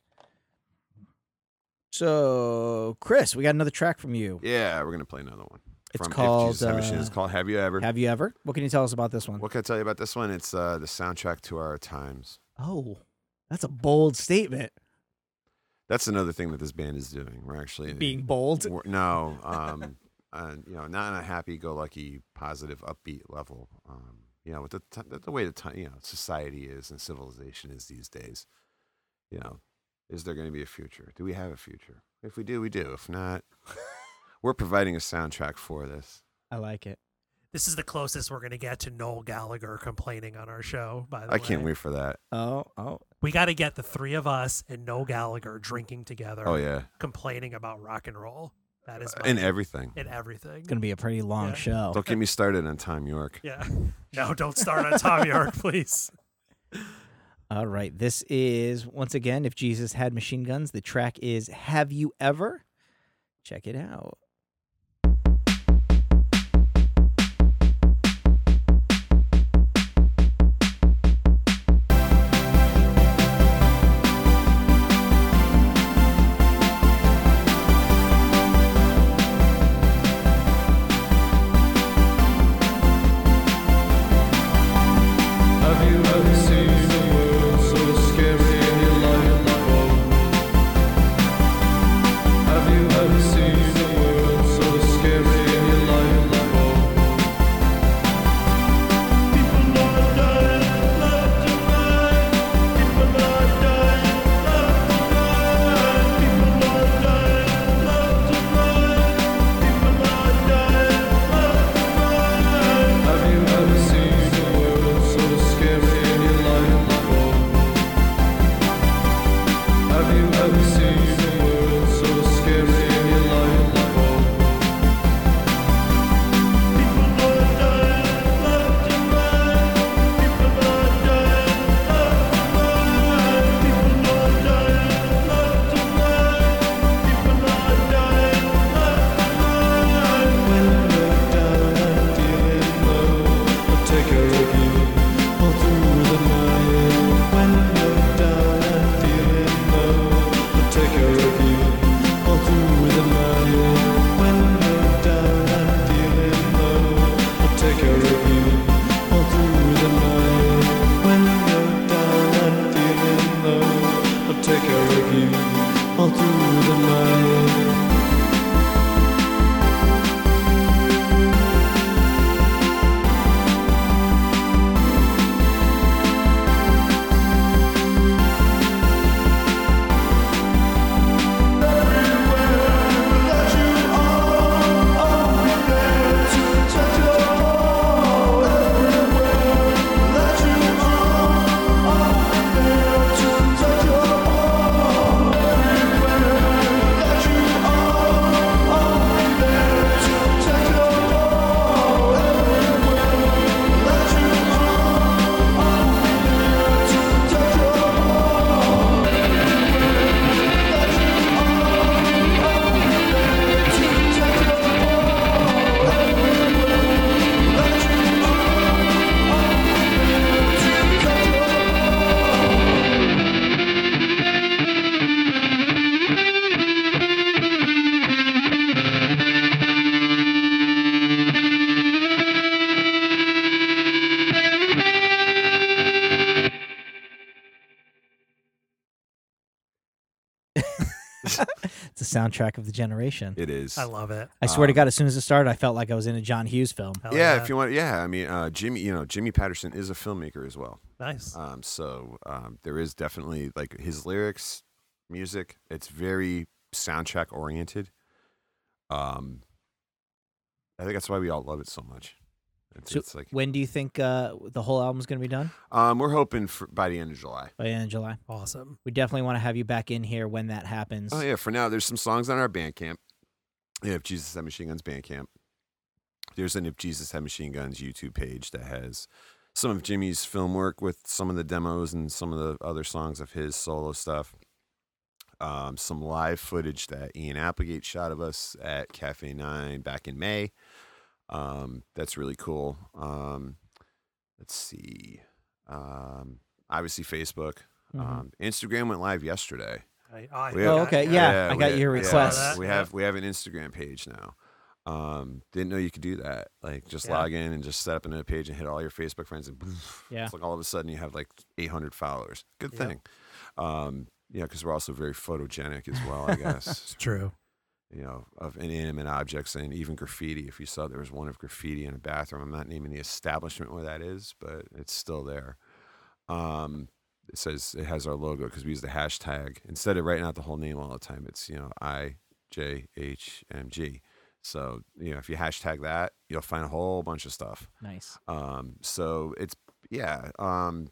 A: So, Chris, we got another track from you.
C: yeah, we're gonna play another one.
A: It's
C: From
A: called,
C: If Jesus Had a Machine. It's
A: uh,
C: called Have You Ever?
A: Have you ever? What can you tell us about this one?
C: what can I tell you about this one? It's uh, the soundtrack to our times.
A: Oh, that's a bold statement.
C: That's another thing that this band is doing. We're actually
A: Being bold.
C: We're- no, um, uh, you know, not on a happy-go-lucky, positive, upbeat level. Um, you know, with the t- the way the ti you know society is and civilization is these days, you know, is there going to be a future? Do we have a future? If we do, we do. If not, we're providing a soundtrack for this.
A: I like it.
B: This is the closest we're gonna get to Noel Gallagher complaining on our show. By the
C: I
B: way,
C: can't wait for that.
A: Oh, oh,
B: We got to get the three of us and Noel Gallagher drinking together.
C: Oh yeah,
B: Complaining about rock and roll. That is my,
C: and everything.
B: and everything.
A: it's gonna be a pretty long
B: Yeah.
A: show.
C: Don't get me started on Tom York.
B: Yeah. No, don't start on Tom York, please.
A: All right, this is once again, if Jesus had machine guns, the track is "Have You Ever." Check it out.
D: Have you ever seen the world so scary in your life before? Have you ever seen the world so scary in your life before? People are dying left and right. People are dying left and right. People are dying left and right. People are dying left and right. Have you ever seen the world so scary in your life of you all through the night. When you're down and feeling low, I'll take care of you all through the night. When you're down and feeling low, I'll take care of you all through the night. When you're down and feeling low, I'll take care of you all through the night.
A: It's the soundtrack of the generation.
C: It is.
B: I love it.
A: I swear to
C: Um,
A: God, as soon as it started, I felt like I was in a John Hughes film.
B: Hell
C: yeah, if you want, yeah. I mean, uh, Jimmy, you know, Jimmy Patterson is a filmmaker as well.
B: nice.
C: Um, so um, there is definitely like his lyrics, music. It's very soundtrack oriented. Um, I think that's why we all love it so much. It's,
A: So
C: it's like
A: when do you think uh, the whole album's going to be done?
C: um, we're hoping for by the end of July.
A: By the end of July.
B: awesome.
A: We definitely want to have you back in here when that happens.
C: Oh yeah, for now there's some songs on our Bandcamp. We have Jesus Had Machine Guns Bandcamp. There's an If Jesus Had Machine Guns YouTube page that has some of Jimmy's film work with some of the demos and some of the other songs of his solo stuff. Um, some live footage that Ian Applegate shot of us at Cafe Nine back in May. Um, that's really cool. Um, let's see. Um, obviously Facebook.
A: Mhm.
C: Um, Instagram went live yesterday.
B: I, I
C: We
A: Oh,
C: have-
A: okay.
B: I-
A: Yeah, I
C: we
A: got
C: ha-
A: your
C: yeah,
B: request.
C: we
B: Yeah.
C: have we have an Instagram page now. Um, didn't know you could do that. Like just
B: Yeah.
C: log in and just set up another page and hit all your Facebook friends and poof,
A: Yeah.
C: it's like all of a sudden you have like 800 followers. Good
B: Yep.
C: thing. Um, yeah, because we're also very photogenic as well, I guess.
B: It's true.
C: you know, of inanimate objects and even graffiti. If you saw there was one of graffiti in a bathroom, I'm not naming the establishment where that is, but it's still there. Um, it says it has our logo because we use the hashtag instead of writing out the whole name all the time. It's you know I J H M G. So you know if you hashtag that, you'll find a whole bunch of stuff.
A: Nice.
C: Um, so it's yeah, um,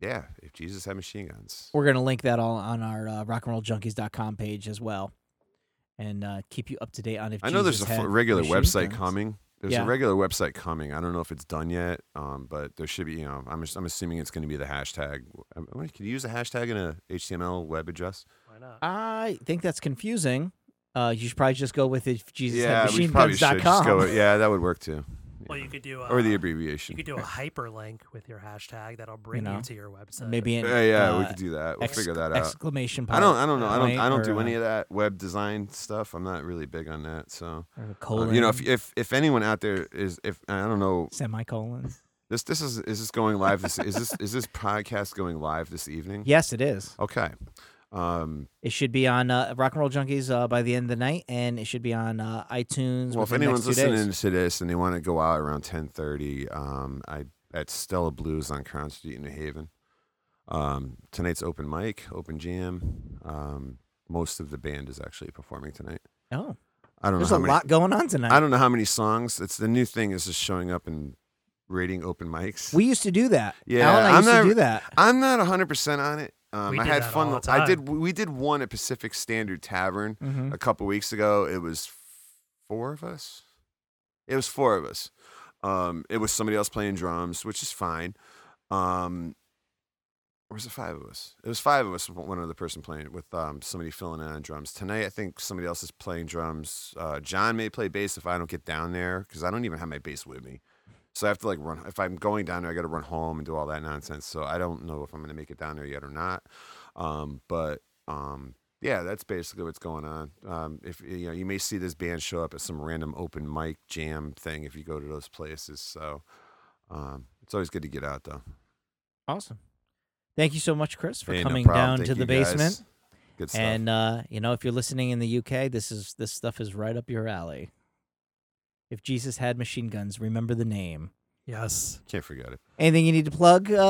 C: yeah. If Jesus had machine guns,
A: We're going to link that all on our uh, rockandrolljunkies.com page as well and uh, keep you up to date on if
C: I know there's a
A: Jesus
C: f-
A: had
C: regular
A: machine
C: website
A: guns.
C: coming. There's
A: Yeah.
C: a regular website coming. I don't know if it's done yet, um, but there should be. You know, I'm ass- I'm assuming it's going to be the hashtag. I I wonder, Can you use a hashtag in a HTML web address?
B: Why not?
A: I think that's confusing. Uh, you should probably just go with it, Jesus
C: yeah,
A: had
C: we
A: machine
C: probably should just go.
A: guns.com.
C: with- Yeah, that would work too.
B: Well,
C: Yeah.
B: you could do uh,
C: or the
B: you
C: abbreviation.
B: could do a hyperlink with your hashtag that'll bring you,
A: know,
B: to your website.
A: Maybe an
C: yeah, yeah, we
A: uh,
C: could do that. We'll
A: exc-
C: figure that out.
A: exclamation point.
C: I don't. I don't know. I don't.
A: point
C: I don't
A: or,
C: do
A: uh,
C: any of that web design stuff. I'm not really big on that. So,
A: or a
C: um,
A: colon.
C: you know, if if if anyone out there is, if I don't know,
A: semicolon.
C: this this is is this going live? This is this is this podcast going live this evening?
A: Yes, it is.
C: Okay. Um,
A: It should be on uh, Rock and Roll Junkies uh, by the end of the night, and it should be on uh, iTunes.
C: well, if
A: within the
C: anyone's
A: next two days.
C: listening to this and they want to go out around ten thirty, um, I at Stella Blues on Crown Street in New Haven. Um, tonight's open mic, open jam. Um, most of the band is actually performing tonight.
A: oh,
C: I don't
A: there's
C: know
A: a
C: how many.
A: lot going on tonight.
C: I don't know how many songs. It's the new thing is just showing up and rating open mics.
A: we used to do that.
C: Yeah,
A: Alan and I
C: I'm
A: used
C: not-
A: to do that.
C: I'm not 100 percent on it. Um,
B: We
C: I
B: did
C: had
B: that
C: fun.
B: all the
C: I did.
B: time.
C: We did one at Pacific Standard Tavern.
A: hmm
C: a couple weeks ago. It was four of us. It was four of us. Um, it was somebody else playing drums, which is fine. Um, or was it five of us? It was five of us. with One other person playing with um, somebody filling in on drums tonight. I think somebody else is playing drums. Uh, John may play bass if I don't get down there because I don't even have my bass with me. So I have to like run. If I'm going down there, I got to run home and do all that nonsense. So I don't know if I'm going to make it down there yet or not. Um, but um, yeah, that's basically what's going on. Um, if you know, you may see this band show up at some random open mic jam thing if you go to those places. So um, it's always good to get out though.
A: Awesome. Thank you so much, Chris, for
C: Hey, no
A: coming
C: problem.
A: down
C: Thank
A: to the
C: you, guys.
A: basement.
C: Good stuff.
A: And uh, you know, if you're listening in the UK, this is this stuff is right up your alley. If Jesus had machine guns, remember the name.
B: Yes.
C: Can't forget it.
A: Anything you need to plug, uh, Al?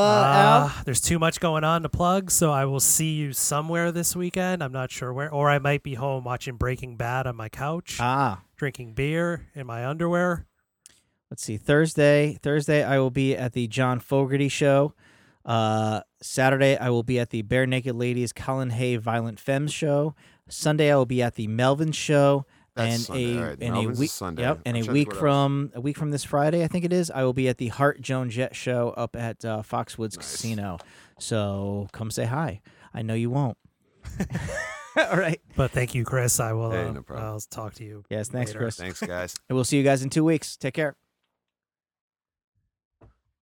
B: Ah, there's too much going on to plug, so I will see you somewhere this weekend. I'm not sure where, or I might be home watching Breaking Bad on my couch,
A: Ah,
B: drinking beer in my underwear.
A: let's see. Thursday, Thursday, I will be at the John Fogerty show. Uh, Saturday, I will be at the Bare Naked Ladies Colin Hay Violent Femmes show. Sunday, I will be the Melvin show.
C: That's
A: and
C: Sunday.
A: a
C: All right.
A: and
C: Melvin's
A: a
C: is
A: week
C: Sunday.
A: yep and
C: I'm
A: a
C: trying to
A: week
C: think what
A: from a week from this Friday I think it is I will be at the Hart Joan Jett show up at uh, Foxwoods
C: Nice.
A: Casino so come say hi I know you won't all right
B: But thank you, Chris. I will.
C: Hey,
B: uh,
C: no problem.
B: I'll talk to you.
A: yes thanks
B: Later.
A: Chris
C: Thanks, guys.
A: and we'll see you guys in two weeks take care.